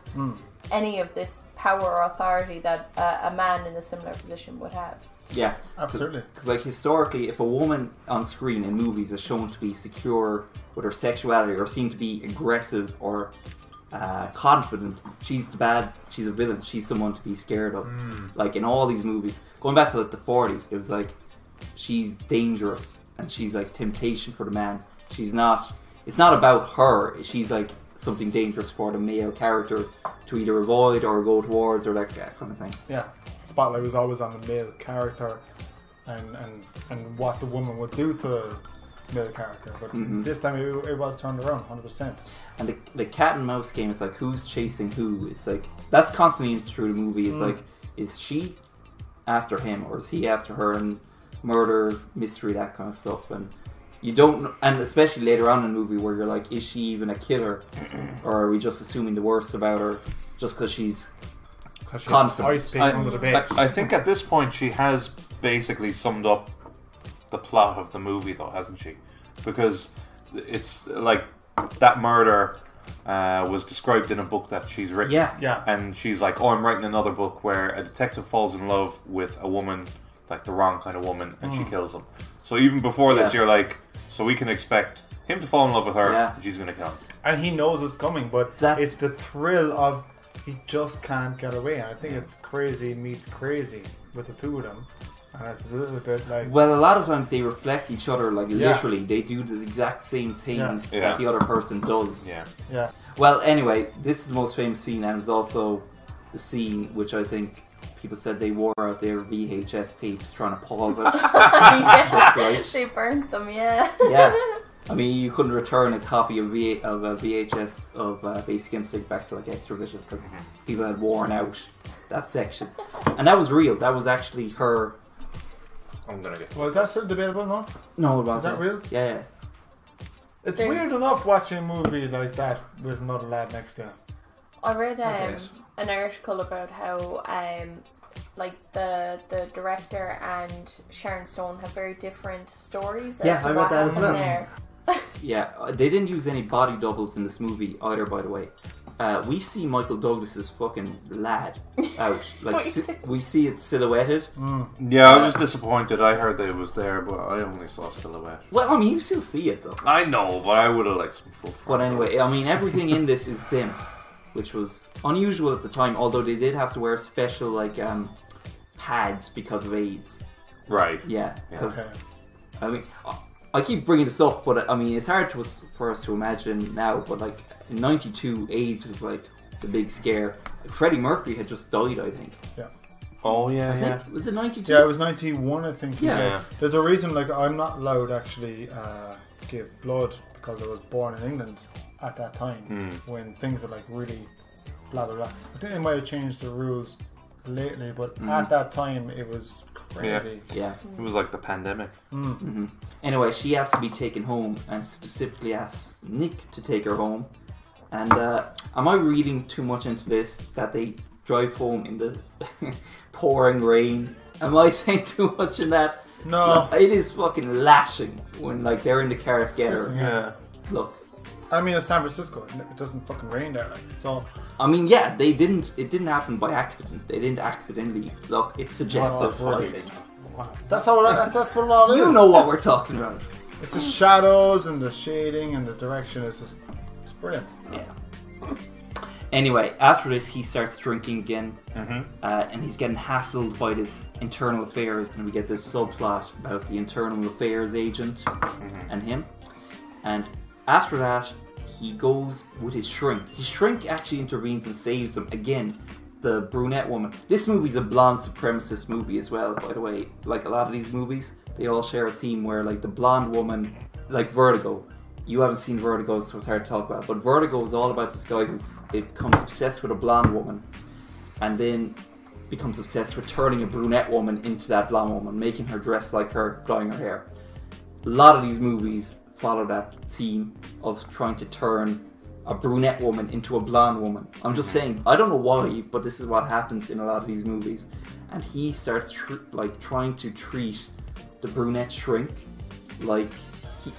S5: any of this power or authority that uh, a man in a similar position would have *laughs*
S3: Yeah,
S6: Absolutely.
S3: Because like historically, if a woman on screen in movies is shown to be secure with her sexuality or seen to be aggressive or uh, confident, she's the bad. She's a villain. She's someone to be scared of. Like in all these movies, going back to like the forties, it was like she's dangerous and she's like temptation for the man. She's not. It's not about her. She's like something dangerous for the male character to either avoid or go towards or like that kind of thing.
S6: Yeah. Spotlight was always on the male character and and, and what the woman would do to the male character. But
S3: Mm-hmm.
S6: this time it, it was turned around 100%.
S3: and the, the cat and mouse game is like who's chasing who it's like that's constantly through the movie it's
S4: Mm.
S3: like is she after him or is he after her and murder mystery that kind of stuff and you don't kn- and especially later on in the movie where you're like is she even a
S4: *clears throat*
S3: killer or are we just assuming the worst about her just because she's
S6: Because she has
S3: Confident.
S6: ice being
S4: I-
S6: under the bed.
S4: I, I think at this point she has basically summed up the plot of the movie, though, hasn't she? Because it's like that murder uh, was described in a book that she's written.
S3: Yeah.
S6: Yeah.
S4: And she's like, "Oh, I'm writing another book where a detective falls in love with a woman, like the wrong kind of woman, and she kills him." So even before this,
S3: Hmm. Yeah.
S4: you're like, "So we can expect him to fall in love with her,
S3: Yeah.
S4: and she's gonna kill him."
S6: and he knows it's coming, but
S3: That's-
S6: it's the thrill of he just can't get away. And I think it's crazy meets crazy with the two of them, and it's a little bit like
S3: well a lot of times they reflect each other like
S6: Yeah.
S3: literally they do the exact same things
S4: Yeah.
S3: that the other person does
S4: Yeah.
S6: yeah,
S3: Well, anyway, this is the most famous scene, and it was also the scene which I think people said they wore out their VHS tapes trying to pause it.
S5: Yeah.
S3: right.
S5: they burnt them yeah
S3: yeah. I mean, you couldn't return a copy of, v- of a VHS of uh, Basic Instinct back to like Extravision because people had worn out that section. And that was real. That was actually her.
S4: I'm gonna get.
S6: well, is that still debatable? No,
S3: No, it wasn't.
S6: that real?
S3: Yeah. yeah.
S6: it's
S5: There-
S6: weird enough watching a movie like that with another lad next to him.
S5: I
S3: Oh,
S5: read um,
S3: Okay.
S5: an article about how um, like the the director and Sharon Stone have very different stories.
S3: Yeah,
S5: as to
S3: I read
S5: what
S3: that as
S5: happened
S3: well.
S5: There.
S3: Yeah, uh, they didn't use any body doubles in this movie either. By the way, uh, we see Michael Douglas's fucking lad out. Like
S5: Wait.
S3: si- we see it silhouetted.
S4: Yeah, I was disappointed. I heard that it was there, but I only saw silhouette.
S3: Well, I mean, you still see it though.
S4: I know, but I would have liked some full
S3: But
S4: front.
S3: anyway, I mean, everything in this is thin, which was unusual at the time. Although they did have to wear special like um, pads because of AIDS.
S4: right?
S3: Yeah, because *laughs*
S6: Okay.
S3: I mean, I- I keep bringing this up, but I mean, it's hard to us, for us to imagine now. But like in '92, AIDS was like the big scare. Freddie Mercury had just died, I think.
S4: Oh yeah,
S3: I
S4: yeah.
S3: think was it '92?
S6: Yeah, it was 91, I think.
S3: Yeah.
S4: Yeah.
S6: There's a reason, like, I'm not allowed actually uh, give blood because I was born in England at that time
S3: Hmm.
S6: when things were, like, really blah, blah, blah. I think they might have changed the rules lately, but at that time it was crazy.
S3: Hmm. Yeah.
S4: It was like the pandemic.
S3: Anyway, she has to be taken home, and specifically asks Nick to take her home. And uh, am I reading too much into this that they drive home in the *laughs* pouring rain? Am I *laughs* saying too much in that?
S6: No.
S3: It is fucking lashing when like they're in the car
S6: Listen,
S3: together.
S4: Yeah.
S3: Look,
S6: I mean, it's San Francisco. and It doesn't fucking rain there, like, so.
S3: I mean, yeah, they didn't. It didn't happen by accident. They didn't accidentally. Look, it's suggestive.
S6: Oh,
S3: I
S6: right.
S3: think.
S6: That's how it, that's, that's what it all is.
S3: You know what we're talking
S6: *laughs*
S3: about.
S6: It's the shadows and the shading and the direction. It's just. It's brilliant.
S3: Yeah. *laughs* Anyway, after this, he starts drinking again,
S6: Mm-hmm.
S3: uh, and he's getting hassled by this internal affairs, and we get this subplot about the internal affairs agent
S6: Mm-hmm.
S3: and him. And after that, he goes with his shrink. His shrink actually intervenes and saves them again. The brunette woman. This movie's a blonde supremacist movie as well, by the way. Like a lot of these movies, they all share a theme where, like, the blonde woman, like Vertigo. You haven't seen Vertigo, so it's hard to talk about. But Vertigo is all about this guy who f- it becomes obsessed with a blonde woman, and then becomes obsessed with turning a brunette woman into that blonde woman, making her dress like her, dyeing her hair a lot of these movies follow that theme of trying to turn a brunette woman into a blonde woman. I'm just saying, I don't know why, but this is what happens in a lot of these movies. And he starts tr- like trying to treat the brunette shrink like he,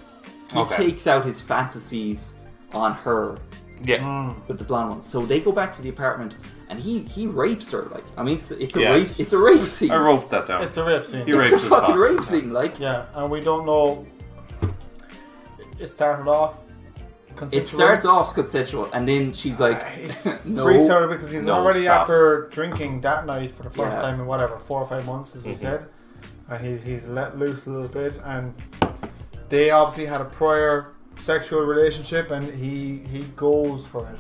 S3: he
S4: Okay.
S3: takes out his fantasies on her
S4: Yeah.
S3: with the blonde one. So they go back to the apartment and he he rapes her like I mean it's, it's a
S4: Yeah.
S3: rape it's a rape scene.
S4: I wrote that down.
S6: It's a rape scene.
S4: You're
S3: *laughs*
S4: right.
S3: it's a
S4: Rapes is
S3: fucking
S4: hot.
S3: rape scene like
S6: Yeah, and we don't know. It started off.
S3: It
S6: consensual.
S3: starts off consensual, and then she's like, *laughs* "No."
S6: Freaks out of it because he's
S4: No,
S6: already
S4: stop.
S6: after drinking that night for the first
S3: Yeah.
S6: time in whatever four or five months, as he said, and he's he's let loose a little bit, and they obviously had a prior sexual relationship, and he he goes for it,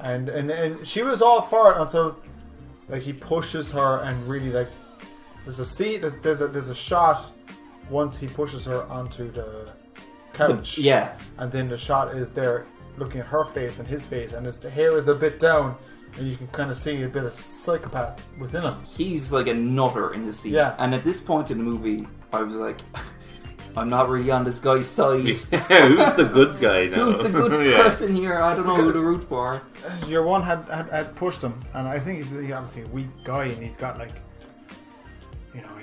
S6: and and and she was all for it until like he pushes her and really like there's a seat there's there's a, there's a shot once he pushes her onto the couch
S3: yeah,
S6: and then the shot is there looking at her face and his face, and his hair is a bit down, and you can kind of see a bit of psychopath within him.
S3: he's like a nutter in the scene.
S6: Yeah.
S3: And at this point in the movie, I was like, *laughs* "I'm not really on this guy's side.
S4: *laughs* yeah, who's the good guy now?
S3: Who's the good
S4: *laughs* yeah.
S3: person here? I don't know who to root for."
S6: Your one had, had, had pushed him, and I think he's he's obviously a weak guy, and he's got like, you know,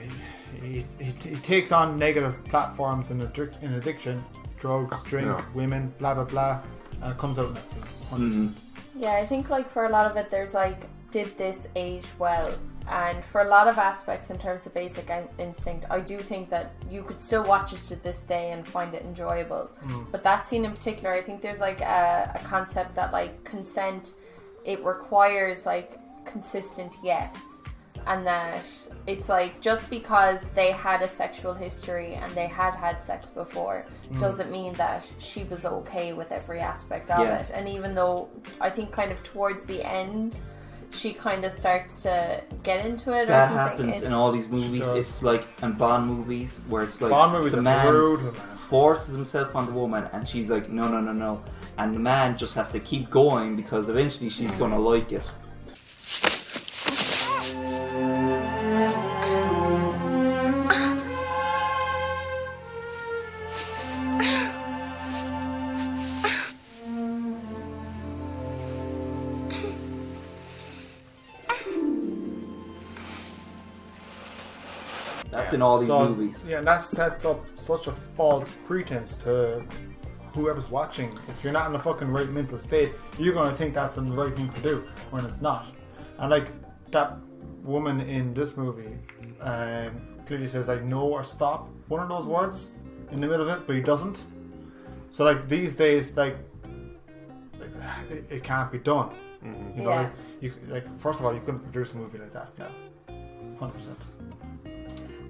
S6: he, he, he, he takes on negative platforms in, addic- in addiction, drugs, drink,
S4: Yeah.
S6: women, blah blah blah, and it comes out in that scene. 100%.
S5: Yeah, I think like for a lot of it, there's like, did this age well? And for a lot of aspects in terms of basic in- instinct, I do think that you could still watch it to this day and find it enjoyable. But that scene in particular, I think there's like a, a concept that like consent, it requires like consistent yes. And that it's like just because they had a sexual history and they had had sex before doesn't mean that she was okay with every aspect of
S3: Yeah.
S5: it. And even though I think kind of towards the end, she kind of starts to get into it or
S3: That
S5: something.
S3: happens in
S5: It's-
S3: all these movies.
S6: does.
S3: It's like in Bond movies where it's like
S6: Bond movies
S3: the
S6: are
S3: man
S6: brutal, man.
S3: forces himself on the woman, and she's like, "No, no, no, no," and the man just has to keep going because eventually she's gonna like it. That's in all these
S6: So,
S3: movies.
S6: yeah, and that sets up such a false pretense to whoever's watching. If you're not in the fucking right mental state, you're gonna think that's the right thing to do when it's not. And like that woman in this movie um, clearly says like no or stop, one of those words in the middle of it, but he doesn't. So like these days, like like, it, it can't be done. You know,
S5: Yeah.
S6: like, you c- like first of all, you couldn't produce a movie like that now, hundred percent.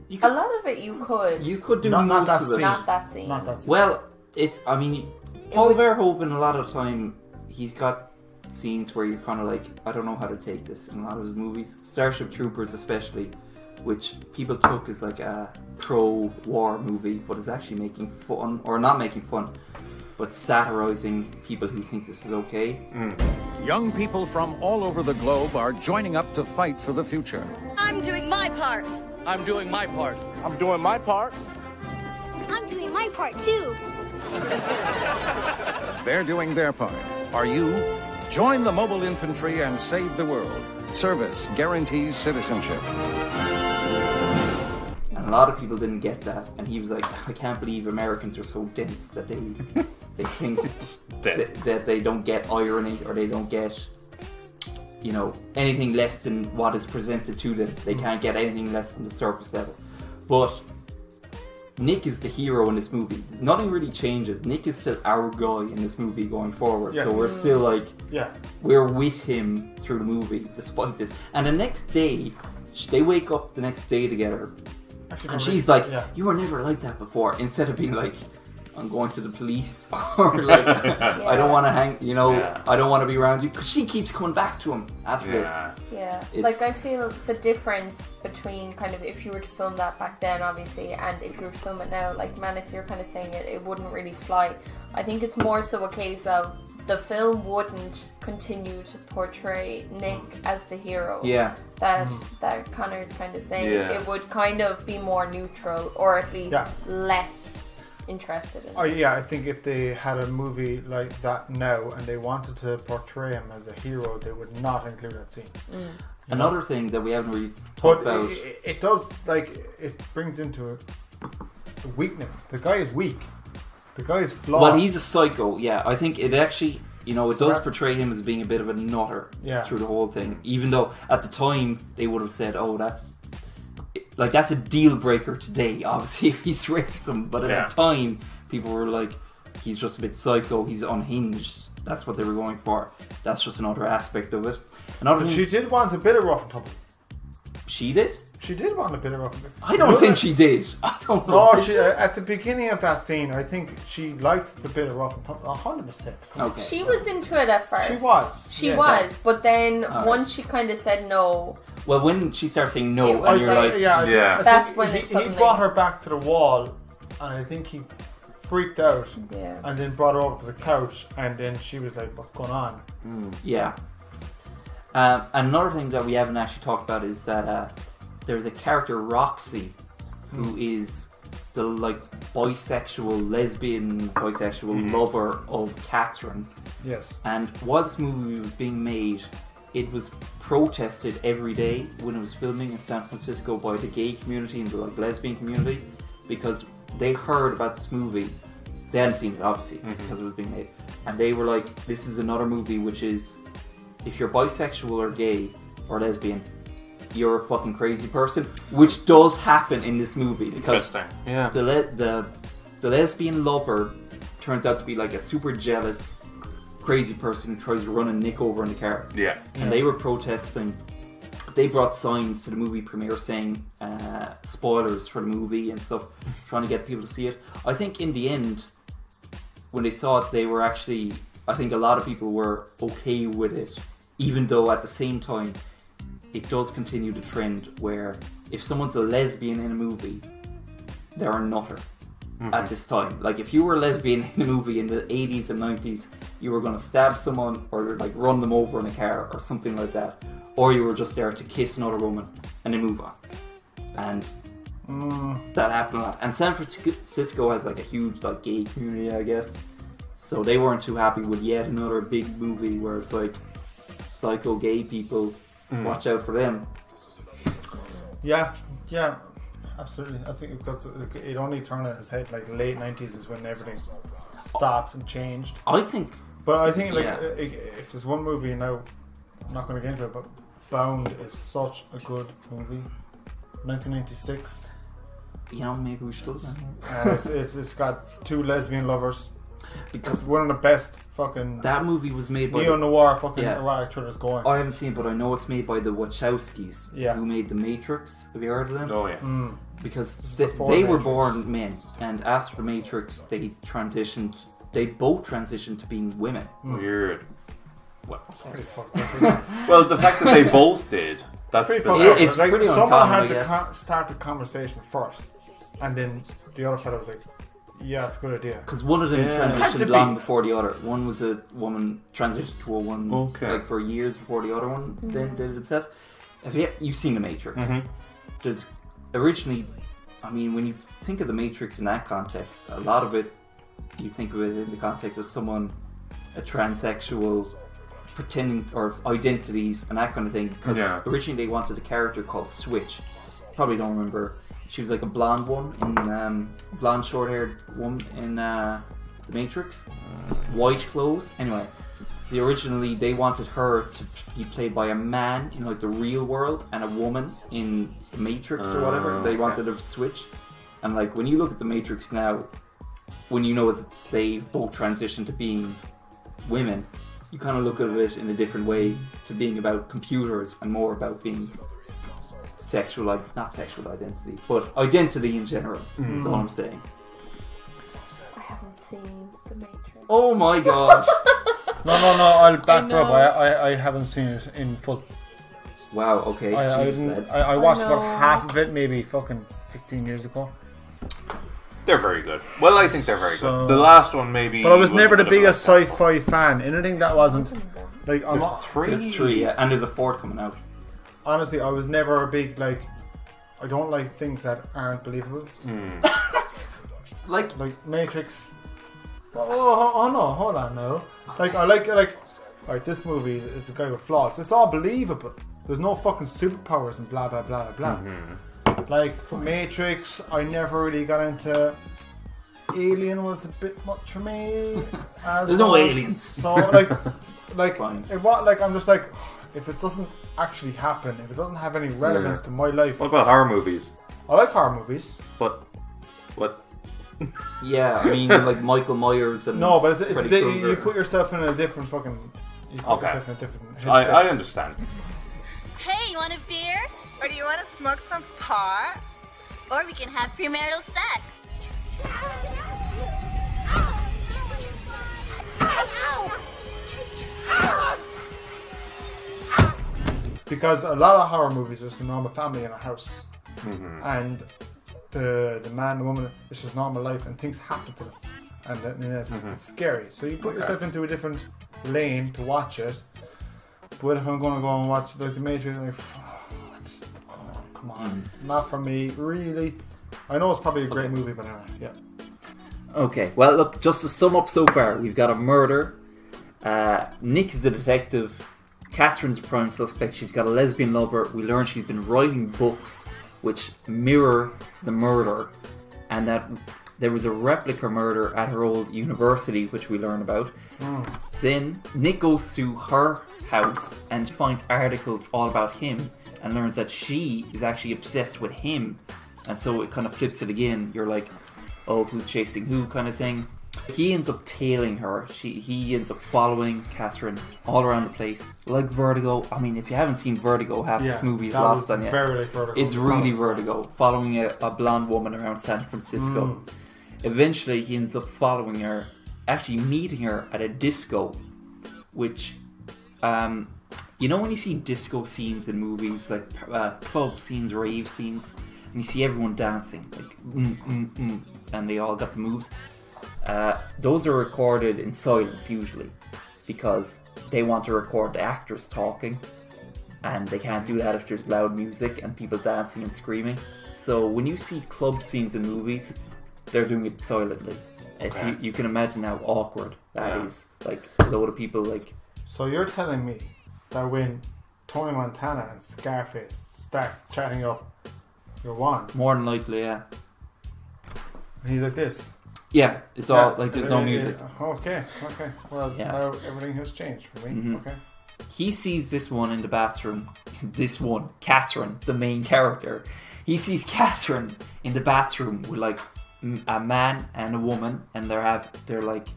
S3: You
S5: A
S3: could,
S5: lot of it you could.
S3: you could do
S6: Not- not
S3: most
S6: that
S3: of it.
S6: scene.
S5: not that scene.
S6: Not that.
S3: Well, it's. I mean, Paul
S5: would-
S3: Verhoeven. A lot of time, he's got scenes where you're kind of like, I don't know how to take this. In a lot of his movies, Starship Troopers, especially, which people took as like a pro-war movie, but is actually making fun or not making fun, but satirizing people who think this is okay.
S9: Young people from all over the globe are joining up to fight for the future.
S10: I'm doing my part.
S11: I'm doing my part.
S9: I'm doing my part.
S10: I'm doing my part too.
S9: They're doing their part. Are you? Join the mobile infantry and save the world. Service guarantees citizenship.
S3: And a lot of people didn't get that, and he was like, I can't believe Americans are so dense that they they think that, that they don't get irony or they don't get you know anything less than what is presented to them. They can't get anything less than the surface level. But Nick is the hero in this movie. Nothing really changes. Nick is still our guy in this movie going forward. So
S6: Yes.
S3: we're still like
S6: Yeah.
S3: we're with him through the movie despite this. And the next day, sh- they wake up the next day together
S6: Actually,
S3: and
S6: probably-
S3: she's like,
S6: yeah.
S3: "You were never like that before." Instead of being like, "I'm going to the police," *laughs*
S6: *laughs*
S3: or like, "I don't want to hang," you know,
S4: Yeah.
S3: "I don't want to be around you," because she keeps coming back to him after
S4: Yeah.
S5: Yeah,
S3: It's-
S5: like I feel the difference between kind of if you were to film that back then, obviously, and if you were to film it now, like Mannix, you're kind of saying it, it wouldn't really fly. I think it's more so a case of the film wouldn't continue to portray Nick as the hero.
S3: this. Mm. Yeah, Mm-hmm.
S5: That that Connor's kind of saying
S4: Yeah.
S5: it would kind of be more neutral or at least
S6: Yeah.
S5: less interested in.
S6: Oh yeah, I think if they had a movie like that now and they wanted to portray him as a hero, they would not include that scene.
S3: another thing that we haven't really talked
S6: But
S3: about.
S6: it, it, it does like it brings into it the weakness. The guy is weak. The guy is flawed.
S3: Well, he's a psycho. Yeah, I think it actually, you know, it
S6: So
S3: does
S6: that-
S3: portray him as being a bit of a nutter
S6: Yeah.
S3: through the whole thing. Even though at the time they would have said, "Oh, that's like that's a deal breaker today." *laughs* Obviously, if he's racism, but at
S4: Yeah.
S3: the time people were like, "He's just a bit psycho. He's unhinged." That's what they were going for. That's just another aspect of it. Another
S6: But
S3: she,
S6: she did want a bit of rough and tumble.
S3: she did.
S6: She did want a bit of rough and tumble.
S3: I don't think she did. *laughs* I don't know.
S6: No, Oh, she, uh, at the beginning of that scene, I think she liked the bit of rough and tumble. hundred percent.
S3: okay.
S5: She was into it at first.
S6: She was,
S5: She
S6: yes.
S5: was, but then
S3: Alright.
S5: once she kind of said no,
S3: well, when she starts saying
S5: It
S3: no,
S5: was-
S3: and you're like,
S6: yeah, I-
S4: Yeah.
S6: I think
S5: That's when
S6: he,
S5: it
S6: he
S5: suddenly-
S6: brought her back to the wall, and I think he freaked out.
S5: Yeah.
S6: And then brought her over to the couch, and then she was like, "What's going on?"
S3: Yeah. Um, another thing that we haven't actually talked about is that uh, there's a character Roxy, who is the like bisexual, lesbian, bisexual lover of Catherine.
S6: Yes.
S3: And while this movie was being made, it was protested every day when it was filming in San Francisco by the gay community and the like lesbian community because they heard about this movie. They hadn't seen it obviously because it was being made, and they were like, "This is another movie which is, if you're bisexual or gay or lesbian." You're a fucking crazy person, which does happen in this movie because
S4: Interesting. Yeah.
S3: the le- the the lesbian lover turns out to be like a super jealous, crazy person who tries to run a Nick over in the car.
S4: Yeah.
S3: And they were protesting. They brought signs to the movie premiere saying uh, spoilers for the movie and stuff, trying to get people to see it. I think in the end, when they saw it, they were actually. I think a lot of people were okay with it, even though at the same time, it does continue the trend where if someone's a lesbian in a movie, they're a nutter at this time. Like if you were a lesbian *laughs* in a movie in the 80s and 90s, you were going to stab someone or like run them over in a car or something like that, or you were just there to kiss another woman and then move on. And that happened a lot. And San Francisco has like a huge like gay community, I guess. So they weren't too happy with yet another big movie where it's like psycho gay people. Watch out for them.
S6: Yeah, yeah. absolutely. I think because it only turned on his head like late nineties is when everything stopped and changed.
S3: I think.
S6: But I think like
S3: Yeah.
S6: i- i- if there's one movie now, I'm not going to get into it, but Bound is such a good movie. 1996,
S3: You know, maybe we should look at
S6: and it's, it's, it's got two lesbian lovers. It's
S3: Because
S6: one of the best fucking
S3: that movie was made by.
S6: neo noir fucking
S3: Yeah.
S6: erotic thrillers going.
S3: I haven't seen it, but I know it's made by the Wachowskis,
S6: Yeah.
S3: who made The Matrix. Have you heard of them?
S4: Oh yeah.
S3: Mm, Because
S6: is
S3: they,
S6: before
S3: they were
S6: Matrix.
S3: born men, and after The Matrix, they transitioned. They both transitioned to being women.
S4: Weird. Well,
S6: Pretty fucked
S3: *laughs*
S6: up.
S4: well, the fact that they both did. That's
S6: Pretty
S4: bizarre.
S6: fucked up.
S3: it's
S6: like,
S3: pretty
S6: someone
S3: uncommon, I
S6: had to
S3: guess.
S6: con- start the conversation first, and then the other fellow was like, "Yeah, it's a good idea."
S3: Because one of them
S4: Yeah.
S6: Had to
S3: transitioned
S6: be.
S3: long before the other. One was a woman transitioned to a woman
S4: Okay.
S3: like for years before the other one then did it himself. Have you you've seen The Matrix?
S4: Mm-hmm.
S3: There's originally, I mean, when you think of The Matrix in that context, a lot of it you think of it in the context of someone a transsexual pretending or identities and that kind of thing. Because
S4: Yeah.
S3: originally they wanted a character called Switch. Probably don't remember. She was like a blonde one in um, blonde short-haired woman in uh, The Matrix. White clothes. Anyway, they originally they wanted her to be played by a man in like the real world and a woman in The Matrix or whatever. They wanted a switch. And like when you look at The Matrix now, when you know that they both transitioned to being women, you kind of look at it in a different way to being about computers and more about being sexual, like not sexual identity, but identity in general. That's all I'm saying.
S5: I haven't seen The Matrix.
S3: Oh my gosh!
S6: No, no, no. I'll back
S5: know.
S6: up. I, I, I haven't seen it in full.
S3: wow. Okay.
S6: I, I,
S3: Jesus,
S6: didn't,
S3: that's-
S6: I, I watched
S5: know.
S6: about half of it, maybe fucking fifteen years ago.
S4: They're very good. Well, I think they're very
S6: So-
S4: good. The last one maybe.
S6: But I was never
S4: a
S6: the
S4: bit of a
S6: biggest
S4: letdown.
S6: sci-fi fan. Anything that wasn't like I'm not,
S4: There's three.
S3: There's three, yeah, and there's a fourth coming out.
S6: honestly, I was never a big like. I don't like things that aren't believable.
S3: *laughs* Like,
S6: like Matrix. Oh, oh, oh no, hold on now. Like I like like like this movie is a guy with flaws. It's all believable. There's no fucking superpowers and blah blah blah blah. Like for Matrix, I never really got into. Alien was a bit much for me. as
S3: There's no
S6: was-
S3: aliens. *laughs*
S6: So like, like
S3: Fine.
S6: it what like I'm just like, "Oh, if it doesn't actually happen, if it doesn't have any relevance to my life,
S4: What about horror movies?
S6: I like horror movies.
S4: But what?
S3: yeah, I mean, like Michael Myers and
S6: *laughs* No, but it's, it's
S3: Freddy
S6: the, you, you
S3: Krueger.
S6: put yourself in a different fucking. You put
S4: Okay.
S6: yourself in a different.
S4: I, I
S6: headspace.
S4: understand.
S10: Hey, you want a beer?
S11: Or do you want to smoke some pot?
S10: Or we can have premarital sex.
S6: Because a lot of horror movies is a normal family in a house, and the the man, the woman, it's just normal life, and things happen to them, and, that- and it's, it's scary. So you put yourself into a different lane to watch it. But if I'm gonna go and watch like The Matrix, like, *sighs* oh, it's- oh, come on, not for me, really. I know it's probably a great movie, but anyway, yeah.
S3: Okay, well, look, just to sum up so far, we've got a murder. Uh, Nick is the detective. Catherine's the prime suspect. She's got a lesbian lover. We learn she's been writing books which mirror the murder, and that there was a replica murder at her old university, which we learn about. Then Nick goes to her house and finds articles all about him and learns that she is actually obsessed with him. And so it kind of flips it again. You're like, oh, who's chasing who kind of thing. He ends up tailing her. She, he ends up following Catherine all around the place. Like Vertigo. I mean, if you haven't seen Vertigo, half
S6: Yeah,
S3: this movie is
S6: that
S3: lost
S6: was
S3: on you.
S6: very, like, Vertigo.
S3: It's really Vertigo, following a, a blonde woman around San Francisco.
S6: Mm.
S3: Eventually, he ends up following her, actually meeting her at a disco, which, um, you know, when you see disco scenes in movies, like uh, club scenes, rave scenes, and you see everyone dancing, like, mm, mm, mm, and they all got the moves, uh, those are recorded in silence usually because they want to record the actors talking and they can't do that if there's loud music and people dancing and screaming. So when you see club scenes in movies, they're doing it silently. If you, you can imagine how awkward that is.
S4: Yeah.
S3: Like a load of people like
S6: So you're telling me that when Tony Montana and Scarface start chatting up, Your wand.
S3: More than likely, yeah.
S6: And he's like this.
S3: Yeah, it's
S6: Yeah,
S3: all like there's
S6: uh,
S3: no
S6: uh,
S3: music.
S6: Okay, okay. Well,
S3: Yeah.
S6: now everything has changed for me.
S3: Mhm.
S6: Okay.
S3: He sees this one in the bathroom. *laughs* This one, Catherine, the main character. He sees Catherine in the bathroom with like m- a man and a woman, and they're have they're like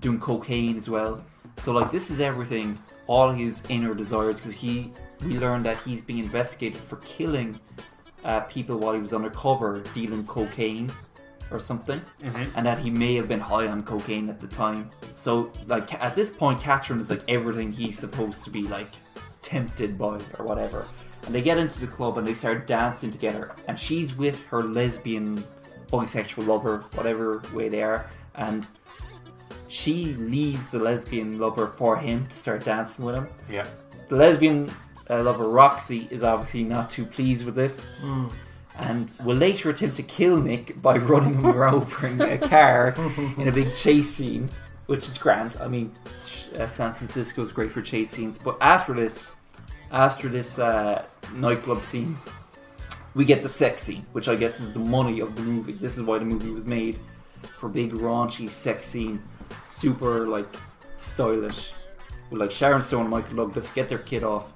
S3: doing cocaine as well. So like this is everything, all his inner desires, because he we learned that he's being investigated for killing uh, people while he was undercover dealing cocaine or something,
S4: Mhm.
S3: and that he may have been high on cocaine at the time. So like at this point, Catherine is like everything he's supposed to be like tempted by or whatever. And they get into the club and they start dancing together, and she's with her lesbian, bisexual lover, whatever way they are, and she leaves the lesbian lover for him to start dancing with him.
S4: Yeah.
S3: The lesbian uh, lover Roxy is obviously not too pleased with this
S6: Mm.
S3: and will later attempt to kill Nick by running him over in a car in a big chase scene, which is grand. I mean, sh- uh, San Francisco is great for chase scenes, but after this, after this uh, nightclub scene, we get the sex scene, which I guess is the money of the movie. This is why the movie was made for big raunchy sex scene, super like stylish, with like Sharon Stone and Michael Douglas get their kid off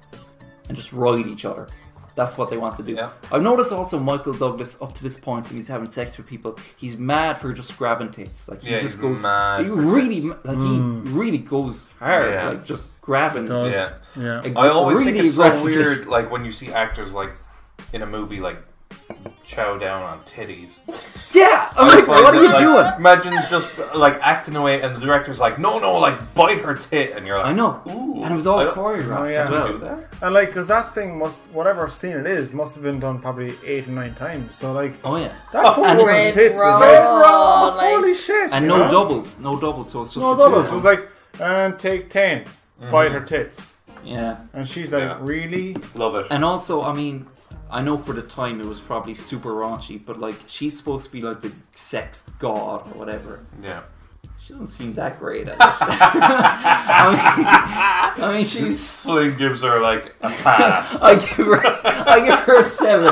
S3: and just ride each other. That's what they want to do. I've noticed also Michael Douglas up to this point when he's having sex with people, he's mad for just grabbing tits. Like he
S4: Yeah,
S3: just
S4: he's
S3: goes,
S4: mad
S3: he
S4: for
S3: really,
S4: tits.
S3: like
S4: Mm.
S3: he really goes hard,
S4: Yeah.
S3: like just grabbing.
S4: Yeah.
S3: Like,
S4: I always think it's so
S3: aggressively.
S4: weird, like when you see actors like in a movie like chow down on titties.
S3: *laughs* Yeah, I'm
S4: I
S3: like,
S4: find
S3: what are
S4: it,
S3: you
S4: like,
S3: doing?
S4: Imagine just like acting away, and the director's like, "No, no, like bite her tit," and you're like,
S3: I know,
S4: Ooh,
S3: and it was all
S4: I don't-
S3: choreographed
S6: Oh, yeah.
S3: as well.
S6: And like, cause that thing must, whatever scene it is, must have been done probably eight or nine times. So like,
S3: Oh yeah,
S6: that poor
S3: and, it's-
S6: woman's tits were
S5: raw,
S6: like, raw,
S5: like-
S6: holy shit!
S3: and
S6: you
S3: no
S6: know?
S3: doubles, no doubles. So it's just
S6: no
S3: a-
S6: doubles. It was like, and take 10 bite her tits,
S3: yeah.
S6: and she's like, really?
S4: love it.
S3: And also, I mean, I know for the time it was probably super raunchy, but like she's supposed to be like the sex god or whatever.
S4: Yeah.
S3: She doesn't seem that great at it. *laughs* I, mean, I mean, she's.
S4: Flynn gives her like a
S3: *laughs*
S4: pass.
S3: I give her, I give her a seven,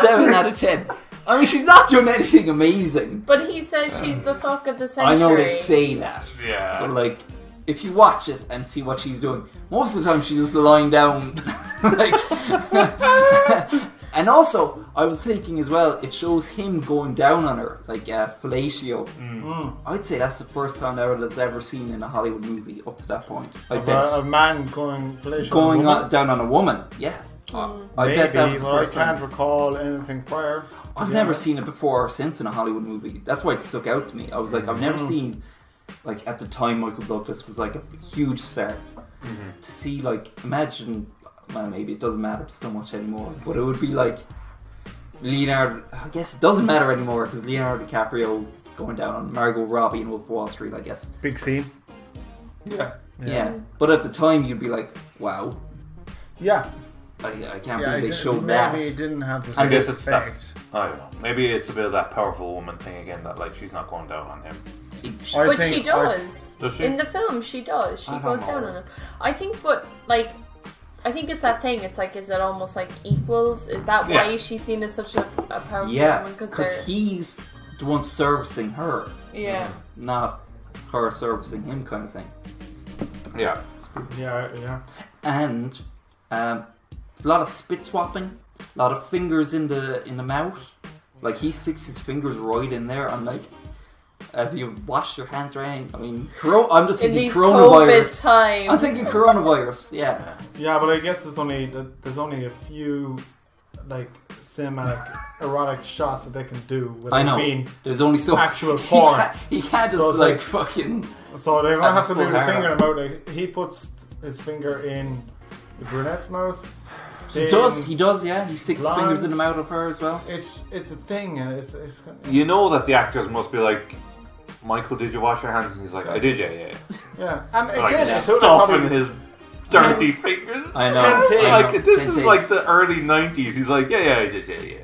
S3: seven out of ten. I mean, she's not doing anything amazing.
S5: But he says she's the fuck of the century.
S3: I know they say that,
S4: *laughs* yeah.
S3: but like, if you watch it and see what she's doing, most of the time she's just lying down, *laughs* like. and also, I was thinking as well, it shows him going down on her, like uh, fellatio. I'd say that's the first time ever that's ever seen in a Hollywood movie up to that point. I
S6: Of
S3: bet.
S6: a, a man going fellatio on Uh-huh. a
S3: going
S6: woman?
S3: on, down on a woman. Yeah, I
S6: Maybe,
S3: bet that was the
S6: but I
S3: first
S6: can't
S3: time.
S6: recall anything prior.
S3: I've
S6: Yeah.
S3: never seen it before or since in a Hollywood movie. That's why it stuck out to me. I was like, I've never
S6: Mhm.
S3: seen like at the time Michael Douglas was like a huge star. To see like imagine, well, maybe it doesn't matter so much anymore, but it would be like Leonardo. I guess it doesn't matter anymore because Leonardo DiCaprio going down on Margot Robbie and Wolf of Wall Street. I guess.
S6: Big scene.
S4: Yeah.
S3: Yeah. But at the time, you'd be like, wow.
S6: Yeah.
S3: I, I can't
S6: Yeah,
S3: believe
S6: it
S3: they showed
S6: maybe
S3: that.
S6: it didn't have the
S4: I
S6: same
S4: guess it's that.
S6: effect.
S4: I don't know. Maybe it's a bit of that powerful woman thing again. That like she's not going down on him.
S3: It's-
S6: I
S5: but
S6: think
S5: she
S6: I-
S5: does.
S4: Does she?
S5: In the film, she does. She
S3: I don't
S5: goes
S3: know.
S5: down on him. I think, but like, I think it's that thing. It's like, is it almost like equals? Is that
S4: Yeah.
S5: why she's seen as such a, a powerful
S3: Yeah,
S5: woman? they're
S3: because he's the one servicing her,
S5: yeah.
S3: not her servicing him, kind of thing.
S4: Yeah.
S6: Yeah, yeah.
S3: And um, a lot of spit swapping, a lot of fingers in the in the mouth. Like he sticks his fingers right in there. I'm like, have you washed your hands right? I mean, coro- I'm just
S5: In
S3: thinking
S5: these COVID
S3: coronavirus.
S5: times,
S3: I'm thinking coronavirus. Yeah,
S6: Yeah, but I guess there's only there's only a few like
S3: *laughs*
S6: cinematic erotic shots that they can do without
S3: I know.
S6: being
S3: There's only so
S6: actual
S3: *laughs* he
S6: porn.
S3: can't, he can't
S6: So
S3: just
S6: it's
S3: like,
S6: like-
S3: fucking.
S6: So they're gonna
S3: That's
S6: have to
S3: full
S6: move the
S3: hair.
S6: finger in the mouth. Like, he puts his finger in the brunette's mouth.
S3: He
S6: then
S3: does. He does. Yeah, he sticks his fingers in the mouth
S6: Blondes.
S3: of her as well.
S6: It's it's a thing, and it's it's.
S4: You know that the actors must be like, Michael, did you wash your hands? And he's like, I did. Yeah, yeah.
S6: Yeah, and
S4: yeah. Like
S6: again, it's only
S4: stuffing
S6: probably- *laughs*
S4: his dirty fingers.
S3: I know.
S6: Ten takes.
S3: I know.
S4: Like this
S3: Ten
S4: is
S3: takes.
S4: like the early '90s. He's like, yeah, yeah, I did. Yeah, yeah.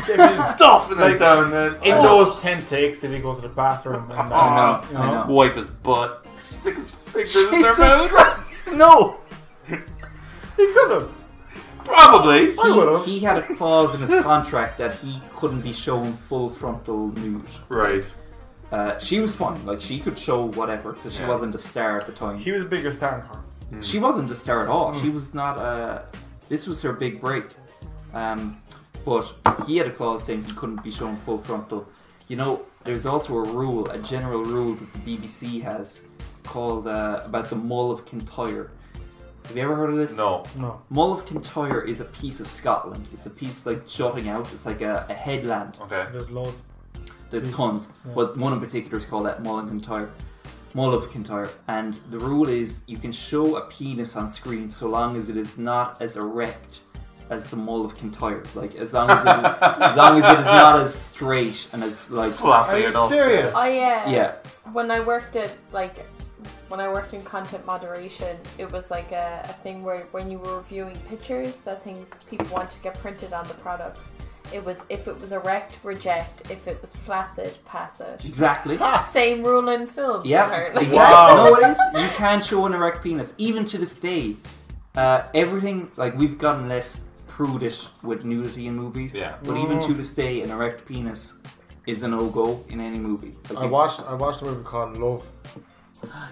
S6: if
S3: *laughs*
S6: he's
S4: Stuffing
S6: Like,
S4: it down then.
S6: in
S4: Oh.
S6: those ten takes, did he go to the bathroom? And, uh,
S3: I know,
S6: you
S3: I know.
S4: wipe his butt, stick his fingers in their
S3: Jesus
S4: mouth.
S3: Christ, No.
S6: He could have.
S4: Probably.
S3: He, he had a clause in his contract that he couldn't be shown full frontal nude.
S4: Right.
S3: Uh, she was fine. Like she could show whatever because she
S6: Yeah.
S3: wasn't a star at the time.
S6: He was a bigger star than her.
S3: She wasn't a star at all.
S6: Mm.
S3: She was not a. This was her big break. Um, but he had a clause saying he couldn't be shown full frontal. You know, there's also a rule, a general rule that the BBC has called uh, about the Mull of Kintyre. Have you ever heard of this?
S4: No.
S6: No.
S3: Mull of Kintyre is a piece of Scotland. It's a piece like jutting out. It's like a, a headland.
S4: Okay.
S6: There's loads.
S3: There's tons,
S6: Oh, Yeah.
S3: but one in particular is called uh, that Mull and Kintyre. Mull of Kintyre. And the rule is you can show a penis on screen so long as it is not as erect as the Mull of Kintyre. Like, as long as it, as long as it is not as straight and as,
S6: *laughs*
S3: like...
S4: Floppy Are you and all- serious?
S5: Oh yeah.
S3: Yeah.
S5: When I worked at like when I worked in content moderation, it was like a, a thing where when you were reviewing pictures, the things people want to get printed on the products. It was if it was erect, reject. If it was flaccid, pass it.
S3: Exactly.
S5: Same rule in films.
S3: Yeah, *laughs*
S5: Apparently.
S3: exactly. No, it is. You can show an erect penis, even to this day. Uh, everything like we've gotten less prudish with nudity in movies.
S4: Yeah.
S3: But even
S6: Mm.
S3: to this day, an erect penis is a no go in any movie. Like,
S6: I
S3: you-
S6: watched I watched a movie called Love.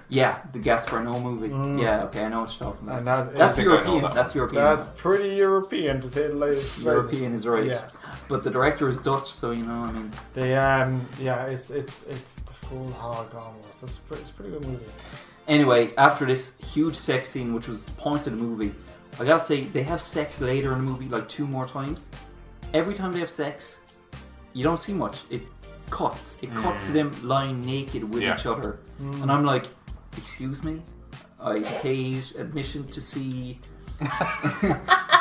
S3: Yeah, the Gaspar No movie.
S6: Mm.
S3: Yeah. Okay, I know what you're talking about.
S6: And that
S3: that's
S6: is-
S3: European. That's European.
S6: That's pretty European to say the least.
S3: European is right.
S6: Yeah.
S3: But the director is Dutch, so you know. I mean,
S6: They um yeah, it's it's it's the full hog almost. It's a pretty, it's a pretty good movie.
S3: Anyway, after this huge sex scene, which was the point of the movie, I gotta say, they have sex later in the movie like two more times. Every time they have sex, you don't see much. It cuts. It cuts to
S4: Mm.
S3: them lying naked with
S4: Yeah.
S3: each other.
S6: Mm.
S3: And I'm like, excuse me? I paid admission to
S4: *laughs*
S3: see *laughs*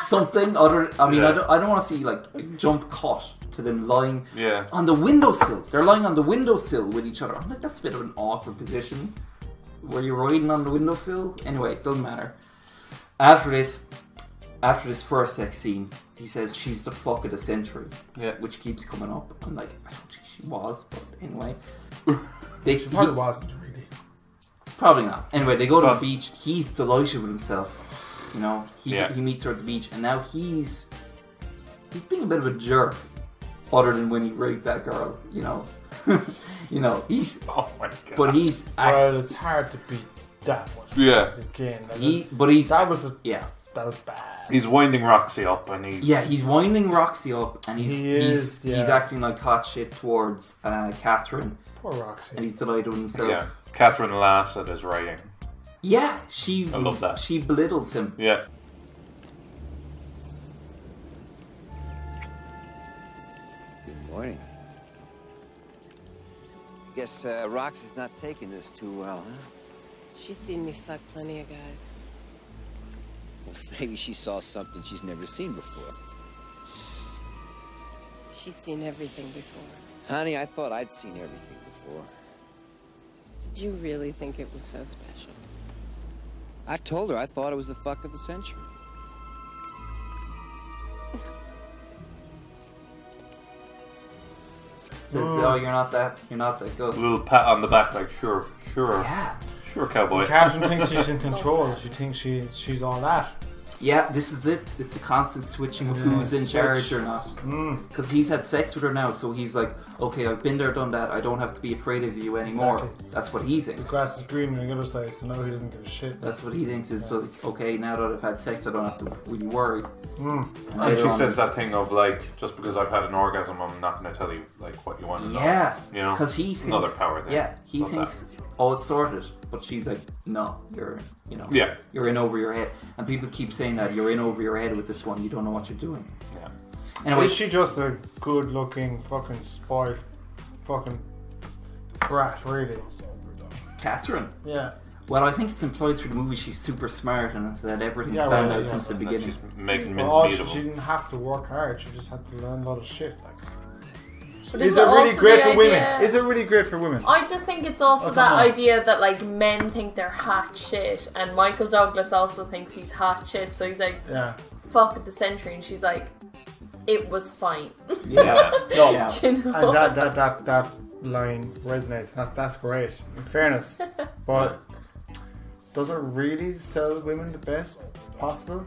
S3: something other. I mean, I
S4: Yeah.
S3: don't, I don't want to see like a jump cut to them lying
S4: Yeah.
S3: on the windowsill. They're lying on the windowsill with each other. I'm like, that's a bit of an awkward position. Were you riding on the windowsill? Anyway, it doesn't matter. After this, after this first sex scene, he says she's the fuck of the century.
S4: Yeah.
S3: Which keeps coming up. I'm like, I don't think she was, but
S4: *laughs*
S3: anyway. They,
S6: It probably wasn't really.
S3: Probably not. Anyway, they go to
S4: But-
S3: the beach. He's delighted with himself. You know, he,
S4: Yeah.
S3: he meets her at the beach, and now he's he's being a bit of a jerk. Other than when he raped that girl, you know, *laughs* you know, he's
S4: Oh my god.
S3: but he's act-
S6: Well, it's hard to beat that one.
S4: Yeah.
S6: Again, like,
S3: he but he's
S6: that was a,
S3: yeah
S6: that was bad.
S4: He's winding Roxy up and he's
S3: yeah he's winding Roxy up, and he's
S6: He is,
S3: he's, he's
S6: yeah.
S3: acting like hot shit towards uh, Catherine,
S6: Poor Roxy.
S3: and he's delighted with himself.
S4: yeah. Catherine laughs at his writing.
S3: Yeah, she
S4: I love that.
S3: she belittles him.
S4: Yeah.
S1: Good morning. Guess uh, Roxy's not taking this too well, huh? *laughs*
S2: She's seen me fuck plenty of guys.
S1: Well, maybe she saw something she's never seen before.
S2: She's seen everything before.
S1: Honey, I thought I'd seen everything before.
S2: Did you really think it was so special?
S1: I told her I thought it was the fuck of the century.
S3: Says,
S4: Mm.
S3: oh, you're not that, you're not that
S4: A
S3: good.
S4: little pat on the back like sure, sure.
S3: Yeah.
S4: Sure cowboy.
S6: Catherine thinks
S3: *laughs*
S6: she's in control. She thinks she she's all that.
S3: Yeah, this is it. It's the constant switching of
S6: Yeah,
S3: who's in
S6: switch.
S3: charge or not.
S4: Hmm.
S6: Mm.
S3: Because he's had sex with her now, so he's like, okay, I've been there, done that. I don't have to be afraid of you anymore.
S6: Exactly.
S3: That's what he
S6: The
S3: thinks.
S6: grass is green on the other side, so now he doesn't give a shit.
S3: That's what he thinks is like, okay, now that I've had sex, I don't have to really worry.
S6: Mm.
S3: And
S4: Hmm. And
S3: later
S4: she
S3: on-
S4: says that thing of like, just because I've had an orgasm, I'm not going to tell you like what you want to know.
S3: Yeah,
S4: you know,
S3: because he thinks
S4: another power thing.
S3: Yeah, he
S4: Love
S3: thinks oh it's sorted, but she's like, no, you're you know,
S4: Yeah.
S3: you're in over your head. And people keep saying that you're in over your head with this one. You don't know what you're doing.
S4: that. Yeah.
S3: Anyway,
S6: Is she just a good-looking fucking spoiled fucking brat, really?
S3: Catherine.
S6: Yeah.
S3: Well, I think it's implied through the movie she's super smart and it's that everything
S6: Yeah,
S3: planned
S6: well,
S3: out
S6: yeah.
S3: since the
S4: And that
S3: beginning.
S4: she's making mince
S6: Well,
S4: meat
S6: she,
S4: of
S6: she
S4: him.
S6: didn't have to work hard. She just had to learn a lot of shit. Like,
S5: But
S6: is
S5: it's
S6: it really
S5: also
S6: great
S5: the
S6: for women?
S5: idea-
S6: Is it really great for
S5: *laughs*
S6: women?
S5: I just think it's also
S6: Oh, come
S5: that
S6: on.
S5: idea that like men think they're hot shit, and Michael Douglas also thinks he's hot shit. So he's like,
S6: Yeah.
S5: "Fuck the century," and she's like, "It was fine." *laughs*
S3: Yeah.
S6: No.
S3: Yeah.
S5: Do you know?
S6: And that that that that line resonates. That, that's great. In
S5: *laughs*
S6: fairness, but does it really sell women the best possible?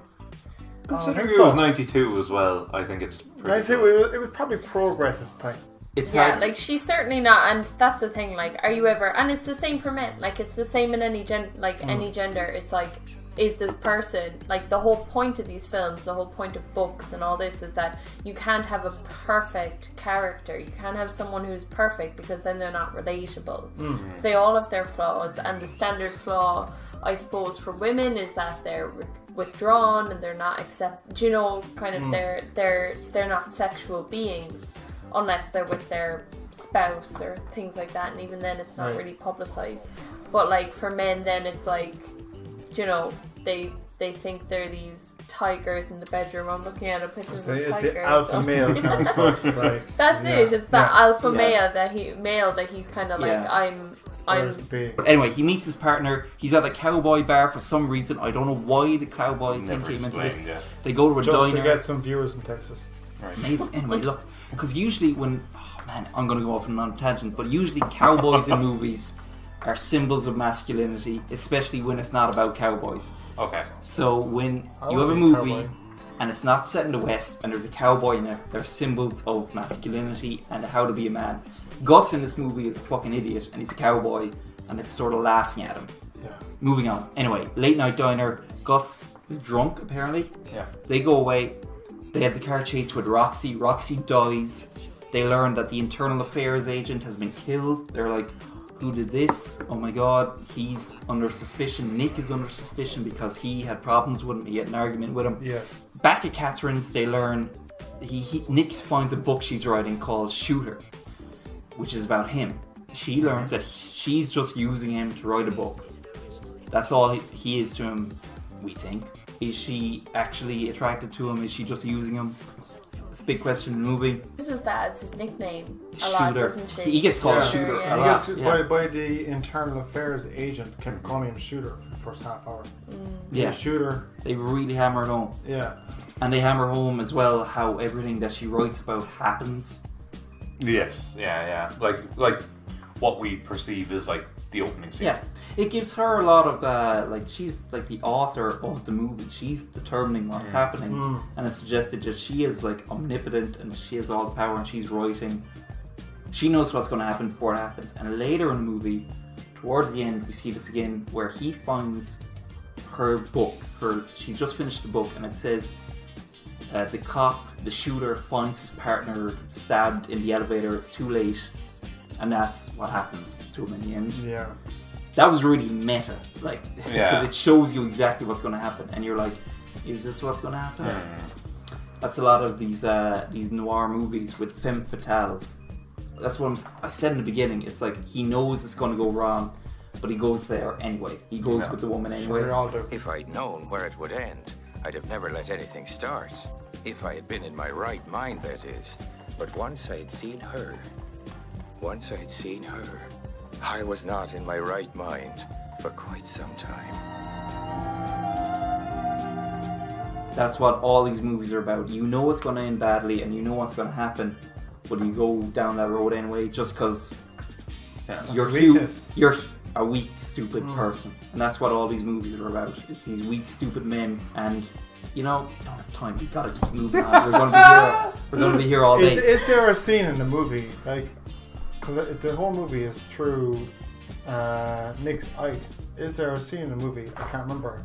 S4: Considering
S6: think
S4: it was
S6: so.
S4: 92 as well, I think it's
S6: I
S4: pretty.
S6: say it was, it was probably progress this time.
S3: It's
S5: yeah, like she's certainly not, and that's the thing. Like, are you ever? And it's the same for men. Like, it's the same in any gen, like
S6: Mm.
S5: any gender. It's like, is this person like the whole point of these films, the whole point of books and all this is that you can't have a perfect character. You can't have someone who's perfect because then they're not relatable.
S12: Mm.
S5: So they all have their flaws, and the standard flaw, I suppose, for women is that they're wi- withdrawn and they're not accept. do You know, kind of
S12: Mm.
S5: they're they're they're not sexual beings unless they're with their spouse or things like that, and even then, it's not
S12: Right.
S5: really publicized. But like for men, then it's like, you know, they they think they're these tigers in the bedroom. I'm looking at a picture
S6: It's
S5: of
S6: the,
S5: a
S6: it's
S5: tiger.
S6: the alpha
S5: so-
S6: male kind of *laughs* stuff. Like,
S5: *laughs* That's
S6: yeah.
S5: it. It's that
S3: Yeah.
S5: alpha
S3: Yeah.
S5: male that he male that he's kind of like
S3: Yeah.
S5: I'm I'm
S3: But anyway, he meets his partner. He's at a cowboy bar for some reason. I don't know why the cowboy thing
S6: Never
S3: came into this.
S6: explained, yeah.
S3: They go to a
S6: Just
S3: diner.
S6: to get some viewers in Texas.
S5: *laughs*
S3: Maybe. Anyway, look, because usually when oh man, I'm going to go off on a tangent, but usually cowboys
S6: *laughs*
S3: in movies are symbols of masculinity, especially when it's not about cowboys.
S4: Okay.
S3: So when
S4: I
S3: you
S4: wanna
S3: have a
S4: be a
S3: movie
S4: cowboy.
S3: and it's not set in the West and there's a cowboy in it, they're symbols of masculinity and how to be a man. Gus in this movie is a fucking idiot and he's a cowboy and it's sort of laughing at him.
S6: Yeah.
S3: Moving on. Anyway, late night diner. Gus is drunk apparently.
S6: Yeah.
S3: They go away. They have the car chase with Roxy. Roxy dies. They learn that the internal affairs agent has been killed. They're like, who did this? Oh my god, he's under suspicion. Nick is under suspicion because he had problems with him. He had an argument with him.
S6: Yes.
S3: Back at Catherine's, they learn he, he Nick finds a book she's writing called Shooter, which is about him. She learns that she's just using him to write a book. That's all he, he is to him, we think. Is she actually attracted to him? Is she just using him? It's a big question in the movie.
S5: uses that as his nickname a lot,
S3: Shooter.
S5: doesn't she?
S3: He gets called Shooter
S5: yeah.
S3: a
S6: He
S3: lot.
S6: gets-
S3: yeah.
S6: by, by the internal affairs agent, kept calling him shooter for the first half hour.
S3: Yeah.
S6: Shooter.
S3: They really hammer it home.
S6: Yeah.
S3: And they hammer home as well how everything that she writes about happens.
S4: Yes, yeah, yeah. Like, like what we perceive as like the opening scene.
S3: Yeah, it gives her a lot of uh, like she's like the author of the movie. She's determining what's
S4: Mm.
S3: happening,
S4: Mm.
S3: and it's suggested that she is like omnipotent and she has all the power and she's writing. She knows what's going to happen before it happens. And later in the movie, towards the end, we see this again where he finds her book. Her she's just finished the book, and it says uh, the cop, the shooter, finds his partner stabbed in the elevator. It's too late, and that's what happens to him in the end.
S6: Yeah.
S3: That was really meta, like *laughs* because
S4: Yeah.
S3: it shows you exactly what's going to happen, and you're like, "Is this what's going to happen?" That's a lot of these uh, these noir movies with femme fatales. That's what I'm, si said in the beginning. It's like he knows it's going to go wrong, but he goes there anyway. He goes with the woman anyway.
S13: If I'd known where it would end, I'd have never let anything start. If I had been in my right mind, that is. But once I'd seen her, once I'd seen her, I was not in my right mind for quite some time.
S3: That's what all these movies are about. You know it's going to end badly, and you know what's going to happen, but you go down that road anyway just because you're
S6: a
S3: hu-
S6: weakness.
S3: you're a weak, stupid
S6: Mm.
S3: person, and that's what all these movies are about. It's these weak, stupid men, and you know, don't have time. We gotta keep moving on. We're going to be here. We're going to be here all day.
S6: *laughs* Is, is there a scene in the movie like? Because the whole movie is through uh, Nick's eyes. Is there a scene in the movie? I can't remember.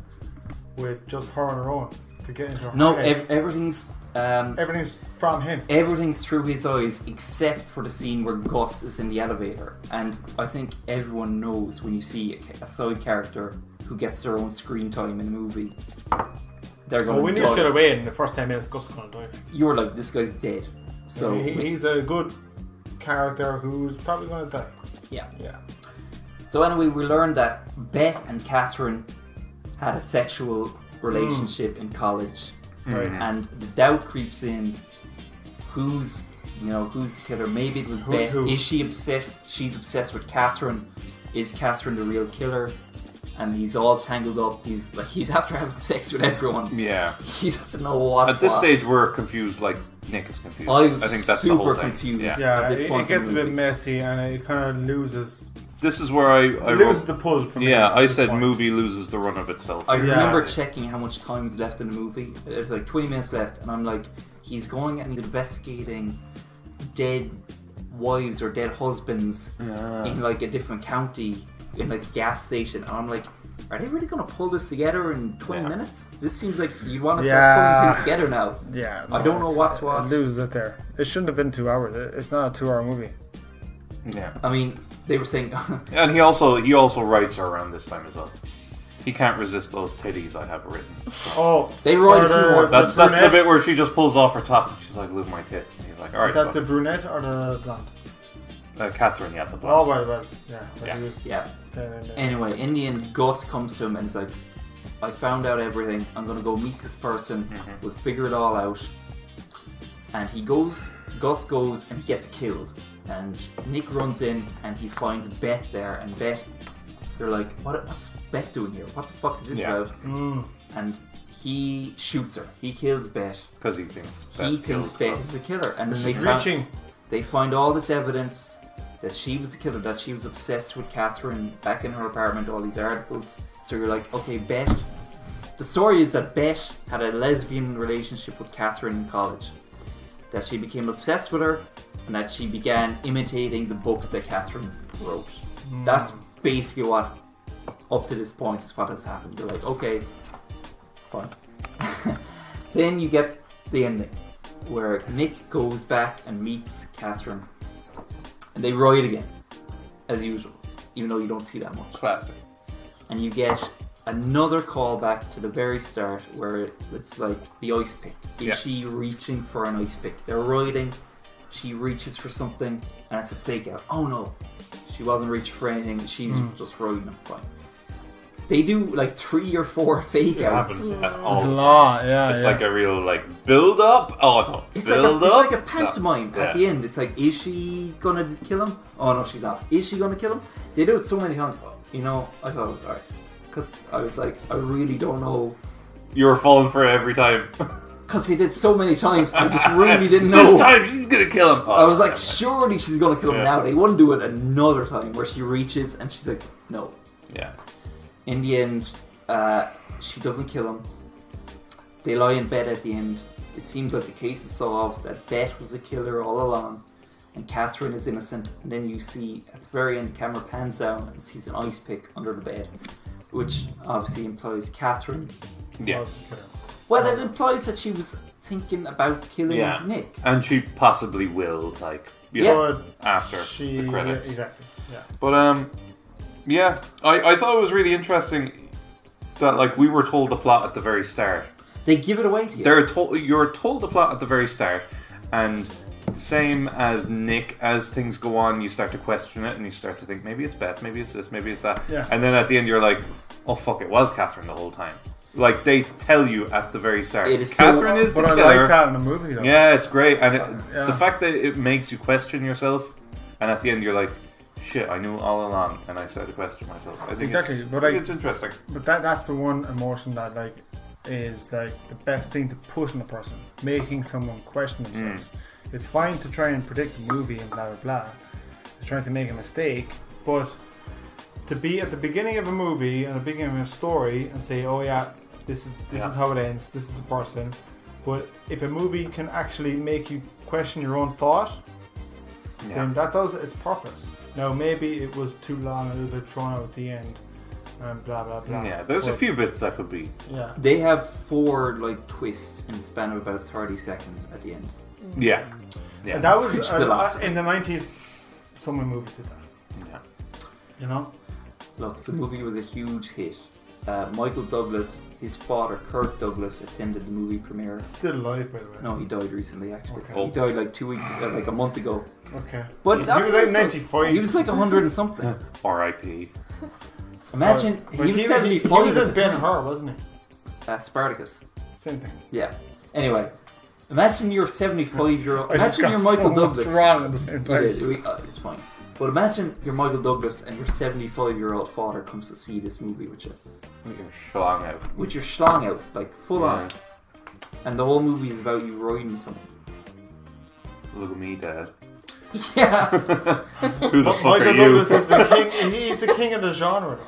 S6: With just her on her own to get into her
S3: No,
S6: head.
S3: ev- everything's um,
S6: everything's from him.
S3: Everything's through his eyes, except for the scene where Gus is in the elevator. And I think everyone knows when you see a, ca- a side character who gets their own screen time in a movie, they're going.
S6: Well, we
S3: to
S6: knew straight away in the first ten minutes Gus was gonna die.
S3: You were like, this guy's dead. So
S6: he,
S3: we-
S6: he's a good character who's probably gonna die.
S3: Yeah.
S6: Yeah.
S3: So anyway, we learned that Beth and Catherine had a sexual relationship in college,
S4: Mm.
S6: Right. Mhm.
S3: and the doubt creeps in: who's you know who's the killer? Maybe it was
S6: Who's
S3: Beth.
S6: who?
S3: Is she obsessed? She's obsessed with Catherine. Is Catherine the real killer? And he's all tangled up. He's like he's *laughs* after having sex with everyone.
S4: Yeah.
S3: He doesn't know what's
S4: At this
S3: what.
S4: stage, we're confused. Like Nick is confused.
S3: I was
S4: think that's the
S3: super
S4: whole thing.
S3: confused.
S4: Yeah.
S6: Yeah,
S3: at this
S6: it,
S3: point
S6: it gets a
S3: in the
S6: bit messy and it kind of loses
S4: this is where I, I
S6: Lose the pull for me
S4: Yeah,
S6: at
S4: I
S6: this
S4: said
S6: point.
S4: movie loses the run of itself.
S3: I remember checking how much time's left in the movie. There's like 20 minutes left, and I'm like, he's going and investigating dead wives or dead husbands
S4: Yeah.
S3: in like a different county in like a gas station. And I'm like, are they really going to pull this together in 20 minutes? This seems like you want to start pulling things together now.
S6: Yeah,
S3: I don't know what's what.
S6: It loses it there. It shouldn't have been two hours. It- It's not a two-hour movie.
S4: Yeah.
S3: I mean, they were saying. *laughs*
S4: And he also he also writes her around this time as well. He can't resist those titties I have written.
S6: Oh,
S3: They write a few
S6: for the-
S3: more.
S4: That's that's
S6: the
S4: the
S6: brunette-
S4: bit where she just pulls off her top and she's like, "Look at my tits." And he's like, "All right."
S6: Is that
S4: fuck
S6: the
S4: it."
S6: brunette or the blonde?
S4: Uh, Catherine, yeah, the blonde.
S6: Oh, right, right. Yeah.
S4: Yeah.
S3: Yeah.
S6: Then, then, then.
S3: Anyway, in the end, Gus comes to him and is like, I found out everything. I'm going to go meet this person.
S4: Mm-hmm.
S3: We'll figure it all out. And he goes, Gus goes, and he gets killed. And Nick runs in and he finds Beth there. And Beth, they're like, what, What's Beth doing here? What the fuck is this
S4: Yeah.
S3: about?
S6: Mm.
S3: And he shoots her. He kills Beth.
S4: Because he thinks
S3: He
S4: Beth killed
S3: thinks Beth is the killer. And then they
S6: She's
S3: found-
S6: reaching.
S3: they find all this evidence that she was the killer, that she was obsessed with Catherine back in her apartment, all these articles. So you're like, okay, Beth. The story is that Beth had a lesbian relationship with Catherine in college, that she became obsessed with her, and that she began imitating the books that Catherine wrote. That's basically what, up to this point, is what has happened. You're like, okay, fine. *laughs* then you get the ending, where Nick goes back and meets Catherine, and they ride again, as usual, even though you don't see that much.
S4: Classic.
S3: And you get another callback to the very start, where it's like the ice pick. Is
S4: Yeah.
S3: she reaching for an ice pick? They're riding, she reaches for something, and it's a fake out. Oh no, she wasn't reaching for anything. She's just riding. i fine. They do like three or four *laughs* fake
S4: It
S3: outs.
S4: happens at all.
S6: It's a lot, yeah,
S4: It's
S6: yeah.
S4: like a real like build up. Oh no,
S3: It's like, a,
S4: build
S3: it's
S4: up.
S3: like a pantomime
S4: No. Yeah.
S3: at the end. It's like, is she gonna kill him? Oh no, she's not. Is she gonna kill him? They do it so many times. You know, I thought it was alright because I was like, I really don't know
S4: You were falling for it every time. *laughs*
S3: because they did so many times. I just really didn't know.
S4: This time she's gonna kill him.
S3: I was like, surely she's gonna kill him
S4: Yeah.
S3: now. They wouldn't do it another time where she reaches and she's like, no.
S4: Yeah.
S3: In the end, uh, she doesn't kill him. They lie in bed at the end. It seems like the case is solved, that Beth was the killer all along, and Catherine is innocent. And then you see at the very end, the camera pans down and sees an ice pick under the bed, which obviously implies Catherine.
S6: Oh,
S4: yeah,
S3: Well, it implies that she was thinking about killing
S4: yeah.
S3: Nick.
S4: And she possibly will like you
S3: Yeah.
S4: know, after
S6: She,
S4: the
S6: yeah,
S4: credits.
S6: exactly. Yeah.
S4: But um, yeah, I, I thought it was really interesting that like we were told the plot at the very start.
S3: They give it away to you.
S4: They're told you're told the plot at the very start, and same as Nick, as things go on, you start to question it and you start to think maybe it's Beth, maybe it's this, maybe it's that,
S6: Yeah.
S4: and then at the end you're like, oh fuck, it was Catherine the whole time. Like they tell you at the very start,
S3: It is so-
S4: Catherine is the
S6: But I
S4: killer.
S6: like that in the movie, though.
S4: Yeah, it's great, and it,
S6: Yeah.
S4: the fact that it makes you question yourself, and at the end you're like, "Shit, I knew all along," and I started to question myself. I think
S6: exactly.
S4: It's,
S6: but
S4: I
S6: I,
S4: think it's interesting.
S6: But that that's the one emotion that like is like the best thing to put in a person, making someone question themselves. It's fine to try and predict a movie and blah blah blah. It's trying to make a mistake, but to be at the beginning of a movie and the beginning of a story and say, "Oh yeah, this is this
S4: Yeah.
S6: is how it ends. This is the person." But if a movie can actually make you question your own thought,
S4: Yeah.
S6: then that does its purpose. Now maybe it was too long, a little bit drawn out at the end, and blah blah blah.
S4: Yeah, there's a
S6: But-
S4: few bits that could be.
S6: Yeah,
S3: They have four like twists in the span of about thirty seconds at the end.
S4: Yeah, yeah.
S6: and that was
S3: It's
S6: uh,
S3: still
S6: uh,
S3: up.
S6: in the nineties. Someone moved to that.
S4: yeah.
S6: You know,
S3: Look, the movie was a huge hit. Uh, Michael Douglas, his father Kirk Douglas, attended the movie premiere.
S6: still alive by the way.
S3: No, he died recently. Actually,
S6: Okay.
S3: he died like two weeks, uh, like a month ago.
S6: Okay.
S3: But
S6: he
S3: that
S6: was like ninety five.
S3: He was like hundred and something.
S4: R.I.P.
S3: Imagine he was seventy
S6: He
S3: five.
S6: was in Ben Hur, wasn't he?
S3: uh, Spartacus.
S6: Same thing.
S3: Yeah. Anyway, imagine you're 75 year old.
S6: I just
S3: Imagine
S6: got
S3: you're Michael
S6: so much
S3: Douglas.
S6: wrong at the same time.
S3: Yeah, we- uh, it's fine. But imagine you're Michael Douglas and your 75 year old father comes to see this movie with you,
S4: You're schlong out.
S3: with your schlong out, like full on,
S4: Yeah.
S3: and the whole movie is about you riding something.
S6: *laughs*
S4: Look at me, Dad.
S6: Yeah.
S4: Who the fuck
S6: Michael
S4: are you?
S6: Douglas is the king. He's the king of the genre.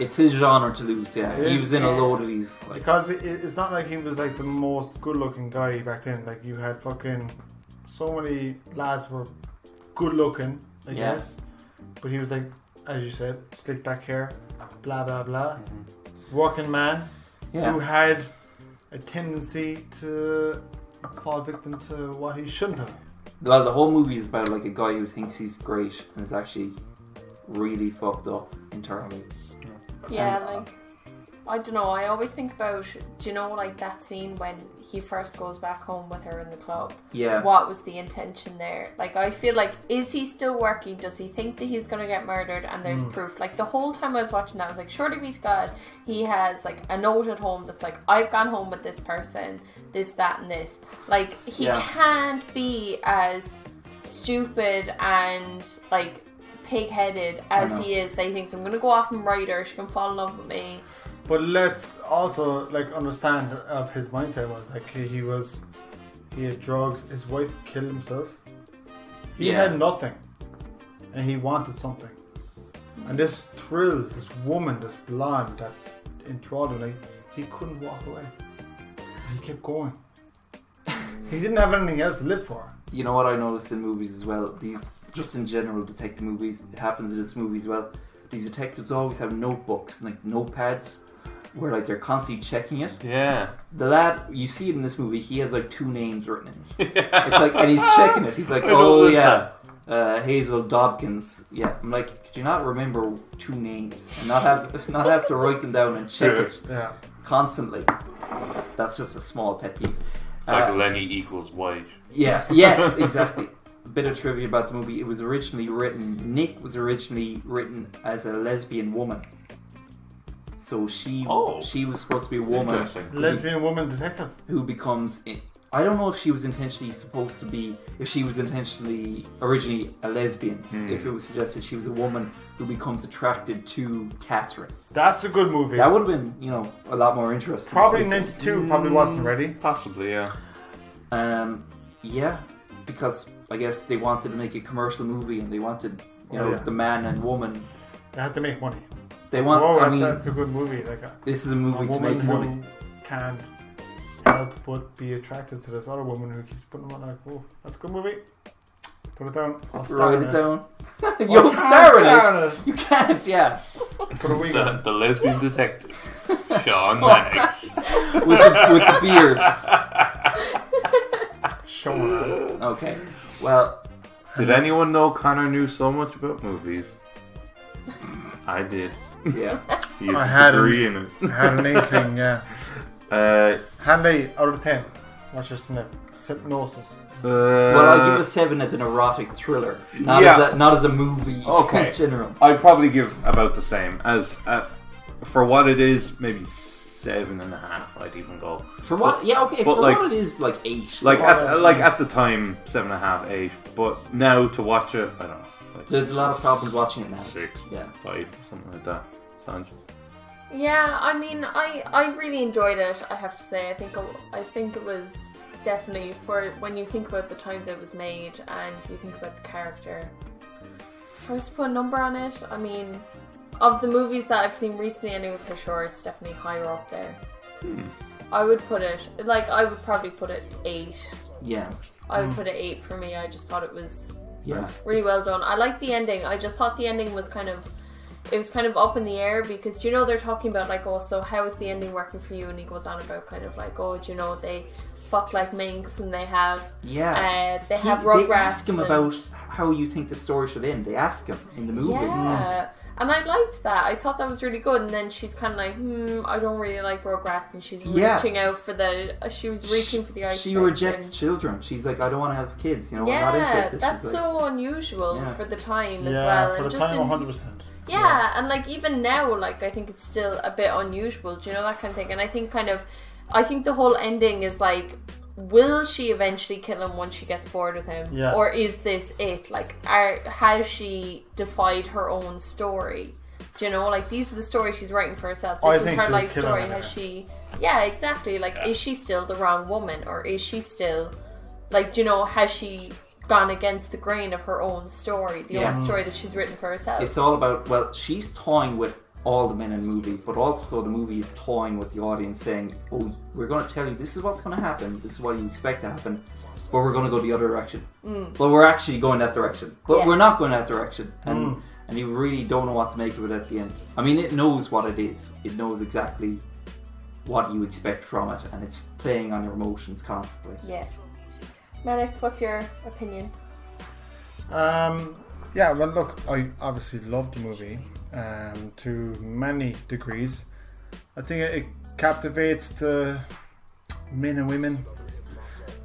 S3: It's his genre to lose. Yeah, he was in a load of these. Like,
S6: because it, it's not like he was like the most good-looking guy back then. Like you had fucking so many lads were good-looking, I
S3: Yeah.
S6: guess. But he was like, as you said, slick back hair, blah blah blah, working man
S3: Mm-hmm. Yeah.
S6: who had a tendency to fall victim to what he shouldn't have.
S3: well, the whole movie is about like a guy who thinks he's great and is actually really fucked up internally.
S12: Um,
S5: Yeah, like I don't know. I always think about do you know like that scene when he first goes back home with her in the club.
S3: Yeah.
S5: What was the intention there? Like I feel like is he still working? Does he think that he's gonna get murdered? And there's
S12: Mm.
S5: proof. Like the whole time I was watching that, I was like, surely be to God, he has like a note at home that's like, I've gone home with this person, this, that, and this. Like he
S12: Yeah.
S5: can't be as stupid and like pig-headed
S6: I
S5: as
S6: know.
S5: he is that he thinks I'm gonna go off and write her. She can fall in love with me.
S6: But let's also like understand of his mindset was like he, he was he had drugs. His wife killed himself. He
S3: Yeah.
S6: had nothing, and he wanted something. And this thrill, this woman, this blonde that enthralled him, like, he couldn't walk away. He kept
S3: *laughs*
S6: going. he didn't have anything else to live for.
S3: You know what I noticed in movies as well? These just in general detective movies. It happens in this movie as well. These detectives always have notebooks and like notepads where like they're constantly checking it.
S4: *laughs* Yeah.
S3: The lad you see it in this movie, he has like two names written
S4: *laughs*
S3: in it. It's like and he's checking it. He's like,
S4: I
S3: Oh
S4: noticed
S3: yeah. Uh, Hazel Dobkins. Yeah, I'm like, could you not remember two names and not have *laughs* not have to write them down and check it
S6: Yeah.
S3: constantly? That's just a small pet peeve.
S4: It's like
S3: Uh,
S4: Lenny equals wage.
S3: yeah. Yes. Exactly. A bit of trivia about the movie. It was originally written. Nick was originally written as a lesbian woman. So she she was supposed to be a woman.
S4: Interesting.
S3: who be-
S6: Lesbian woman detective.
S3: Who becomes? In, I don't know if she was intentionally supposed to be. If she was intentionally originally a lesbian. If it was suggested she was a woman who becomes attracted to Catherine.
S6: That's a good movie.
S3: That would have been you know a lot more interesting.
S6: Hmm. Probably
S3: I think.
S6: 92 probably wasn't ready.
S4: Possibly, yeah.
S3: Um, yeah, because I guess they wanted to make a commercial movie and they wanted, you know,
S6: Yeah.
S3: the man and woman.
S6: They had to make money.
S3: They want.
S6: Whoa,
S3: I
S6: that's,
S3: mean,
S6: that's a good movie. Like uh, a,
S3: this is a movie to
S6: woman
S3: make
S6: who
S3: money.
S6: Can't help but be attracted to this other woman who keeps putting on like, "Oh, that's a good movie." Put it down. I'll star
S3: Write
S6: in
S3: it down.
S6: I
S3: You'll
S6: can't
S3: star in it.
S6: star
S3: You can't. Yeah.
S6: For a week.
S4: The, the
S6: *laughs*
S4: lesbian detective, Sean
S3: Sean.
S4: Lennox.
S3: with the with the beard.
S6: Sean.
S3: Okay. Well,
S4: Did anyone know Connor knew so much about movies? I did.
S3: Yeah.
S4: You
S6: I had an-
S4: agree in it.
S3: *laughs*
S6: I had an inkling, yeah.
S4: Uh,
S6: Handy out of ten. What's your snip? Hypnosis.
S3: well, I give a seven as an erotic thriller, not as a, not as a movie in general.
S4: I'd probably give about the same as uh, for what it is, maybe seven and a half. I'd even go
S3: For what-
S4: But-
S3: yeah, okay,
S4: but
S3: for what it is, like, eight.
S4: Like
S3: For
S4: at,
S3: what-
S4: like at the time, seven and a half, eight. But now to watch it, I don't know. Like
S3: There's a lot of problems watching it now.
S4: Six,
S3: Yeah.
S4: five, something like that. Sanj.
S5: Yeah, I mean, I I really enjoyed it. I have to say, I think it, I think it was definitely for when you think about the time that it was made and you think about the character. First, put a number on it. I mean, of the movies that I've seen recently, I knew for sure it's definitely higher up there.
S6: Hmm.
S5: I would put it like I would probably put it eight.
S3: Yeah.
S5: I would
S3: Mm.
S5: put it eight for me. I just thought it was
S3: Yeah.
S5: really well done. I like the ending. I just thought the ending was kind of it was kind of up in the air because do you know they're talking about like oh so how is the ending working for you and he goes on about kind of like oh do you know they fuck like minks and they have
S3: Yeah.
S5: uh, they
S3: He-
S5: have rugrats
S3: They ask him
S5: and-
S3: about how you think the story should end. They ask him in the movie. Mm.
S5: yeah. And I liked that. I thought that was really good. And then she's kind of like, hmm, I don't really like Rugrats. And she's
S3: Yeah.
S5: reaching out for the. She was reaching for the ice.
S3: She
S5: cream
S3: rejects
S5: and-
S3: children. She's like, I don't want to have kids. You know, I'm not
S5: Yeah,
S3: interested.
S5: that's
S3: She's like,
S5: so unusual
S3: Yeah.
S5: for the time as
S6: Yeah,
S5: well.
S6: for
S5: and
S6: the
S5: just
S6: time,
S5: in-
S6: 100%.
S5: Yeah, and like even now, like I think it's still a bit unusual. Do you know that kind of thing? And I think kind of, I think the whole ending is like, will she eventually kill him once she gets bored with him,
S12: Yeah.
S5: or is this it? Like, are, has she defied her own story? Do you know, like these are the stories she's writing for herself.
S6: Oh, I
S5: This is
S6: think
S5: her
S6: she'll
S5: life
S6: kill him
S5: story.
S6: anyway.
S5: Has she? Yeah, exactly. Like, is she still the wrong woman, or is she still, like, do you know, has she gone against the grain of her own story, the
S3: Yeah.
S5: own story that she's written for herself.
S3: It's all about well, she's toying with all the men in the movie, but also the movie is toying with the audience, saying, "Oh, we're going to tell you this is what's going to happen. This is what you expect to happen, but we're going to go the other direction.
S12: Mm.
S3: But we're actually going that direction. But
S12: Yeah.
S3: we're not going that direction." And
S12: Mm.
S3: and you really don't know what to make of it at the end. I mean, it knows what it is. It knows exactly what you expect from it, and it's playing on your emotions constantly.
S5: yeah. Maddox, what's your opinion?
S6: Um, yeah, well, look, I obviously loved the movie um, to many degrees. I think it captivates the men and women,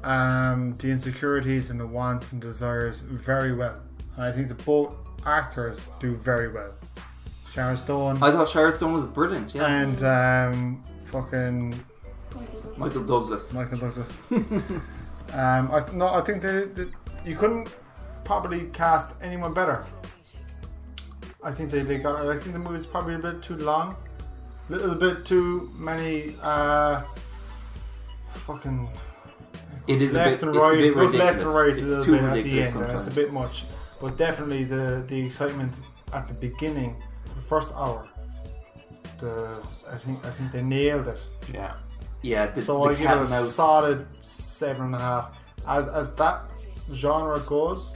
S6: um, the insecurities and the wants and desires very well. And I think the both actors do very well. Sharon Stone.
S3: I thought Sharon Stone was brilliant, yeah.
S6: And um, fucking
S3: Michael Douglas.
S6: Michael Douglas. *laughs* um, I, no, I think they, they, you couldn't probably cast anyone better. I think they, they got. I think the movie's probably a bit too long, a little bit too many uh, fucking.
S3: It is a
S6: left
S3: bit-
S6: and
S3: it's a
S6: right.
S3: bit
S6: goes left
S3: ridiculous.
S6: and right a
S3: It's
S6: little
S3: too
S6: bit at the end,
S3: ridiculous
S6: and that's a
S3: sometimes.
S6: bit much. But definitely the the excitement at the beginning, the first hour. The I think I think they nailed it.
S4: Yeah.
S3: Yeah, the-
S6: so
S3: the
S6: I give
S3: cat
S6: it
S3: and
S6: a
S3: mouse.
S6: solid seven and a half. As as that genre goes,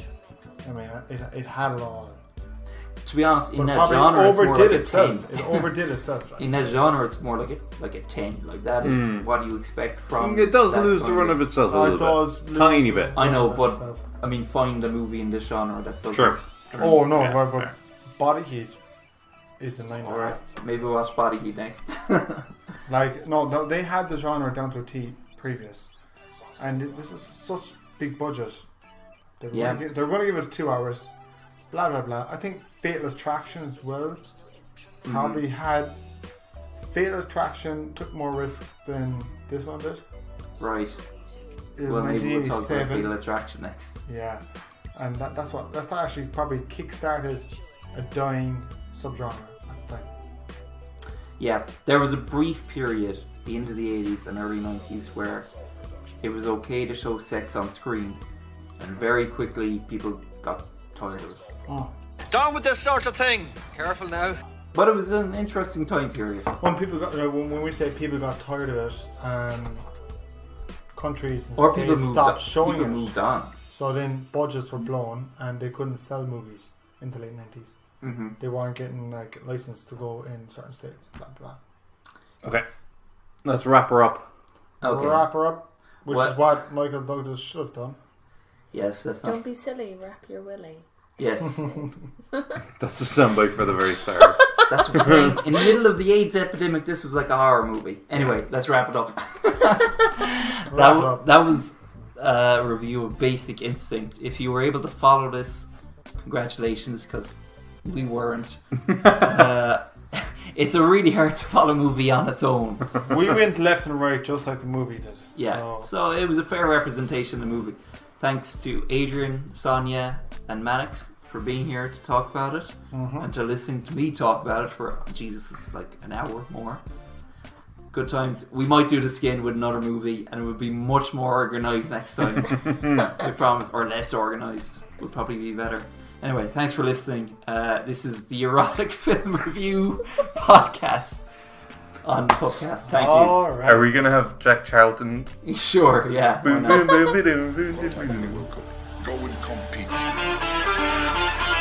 S6: I mean, it, it had it all.
S3: To be honest, in
S6: But
S3: that
S6: probably
S3: genre, it's more
S6: overdid
S3: like
S6: itself.
S3: A 10.
S6: It overdid
S3: *laughs*
S6: itself.
S3: in that genre, it's more like a like a ten. Like that is
S4: Mm.
S3: what you expect from.
S4: Um, It does
S3: that
S4: lose
S3: kind
S4: the run of itself a
S6: It
S4: little
S6: does
S4: bit,
S6: lose
S4: tiny
S6: the
S4: bit.
S3: I know,
S6: of
S3: but
S6: itself.
S3: I mean, find a movie in this genre that doesn't.
S4: Sure.
S6: Oh no,
S3: Yeah.
S6: but, but Body Heat is a nine. and a
S3: All right,
S6: half.
S3: maybe we'll watch Body Heat next. *laughs*
S6: Like no, no, they had the genre down to a T previous, and this is such big budget. They're
S3: Yeah.
S6: gonna give, they're going to give it two hours. Blah blah blah. I think Fatal Attraction as well probably
S3: Mm-hmm.
S6: had Fatal Attraction took more risks than this one did.
S3: right.
S6: It was
S3: well, maybe we'll talk about
S6: 1987.
S3: Fatal Attraction next.
S6: Yeah, and that, that's what that's actually probably kick-started a dying subgenre at the time.
S3: Yeah, there was a brief period, the end of the 80s and early 90s, where it was okay to show sex on screen, and very quickly people got tired of it.
S6: oh.
S14: Down with this sort of thing. Careful now.
S3: But it was an interesting time period.
S6: When people got uh, when, when we say people got tired of it, um, countries and
S3: Or
S6: states
S3: people moved
S6: stopped
S3: on-
S6: showing
S3: people
S6: it.
S3: moved on.
S6: So then budgets were blown and they couldn't sell movies in the late 90s
S3: Mhm.
S6: They weren't getting like licensed to go in certain states. Blah blah.
S4: Okay. Let's wrap her up. *laughs*
S6: We'll Wrap her up, which is
S4: What-
S6: what Michael Douglas should have done.
S3: Yes, that's
S5: Don't be silly, wrap your willy.
S3: Yes.
S4: That's a soundbite for the very start.
S3: That's what I'm saying. In the middle of the AIDS epidemic, this was like a horror movie. Anyway, let's wrap it up. that,
S6: Wrap it
S3: wa-
S6: up.
S3: that was uh, a review of Basic Instinct. If you were able to follow this, congratulations, because we weren't. uh, *laughs* it's a really hard to follow movie on its own.
S6: we went left and right just like the movie did.
S3: Yeah.
S6: So-
S3: So. it was a fair representation of the movie. Thanks to Adrian, Sonia, and Maddox for being here to talk about it
S4: Mm-hmm.
S6: Mhm.
S3: and to listening to me talk about it for Jesus, it's like an hour more. Good times. We might do this again with another movie, and it would be much more organized next
S4: *laughs*
S3: time. I promise, or less organized would probably be better. Anyway, thanks for listening. Uh, this is the erotic *laughs* film review *laughs* podcast on podcast. Thank you.
S4: *laughs* Are we gonna have Jack Charlton?
S3: *laughs* Sure, yeah.
S4: Boom,
S3: why not?
S4: boom, boom, boom, boom, boom, boom.
S7: Go and compete.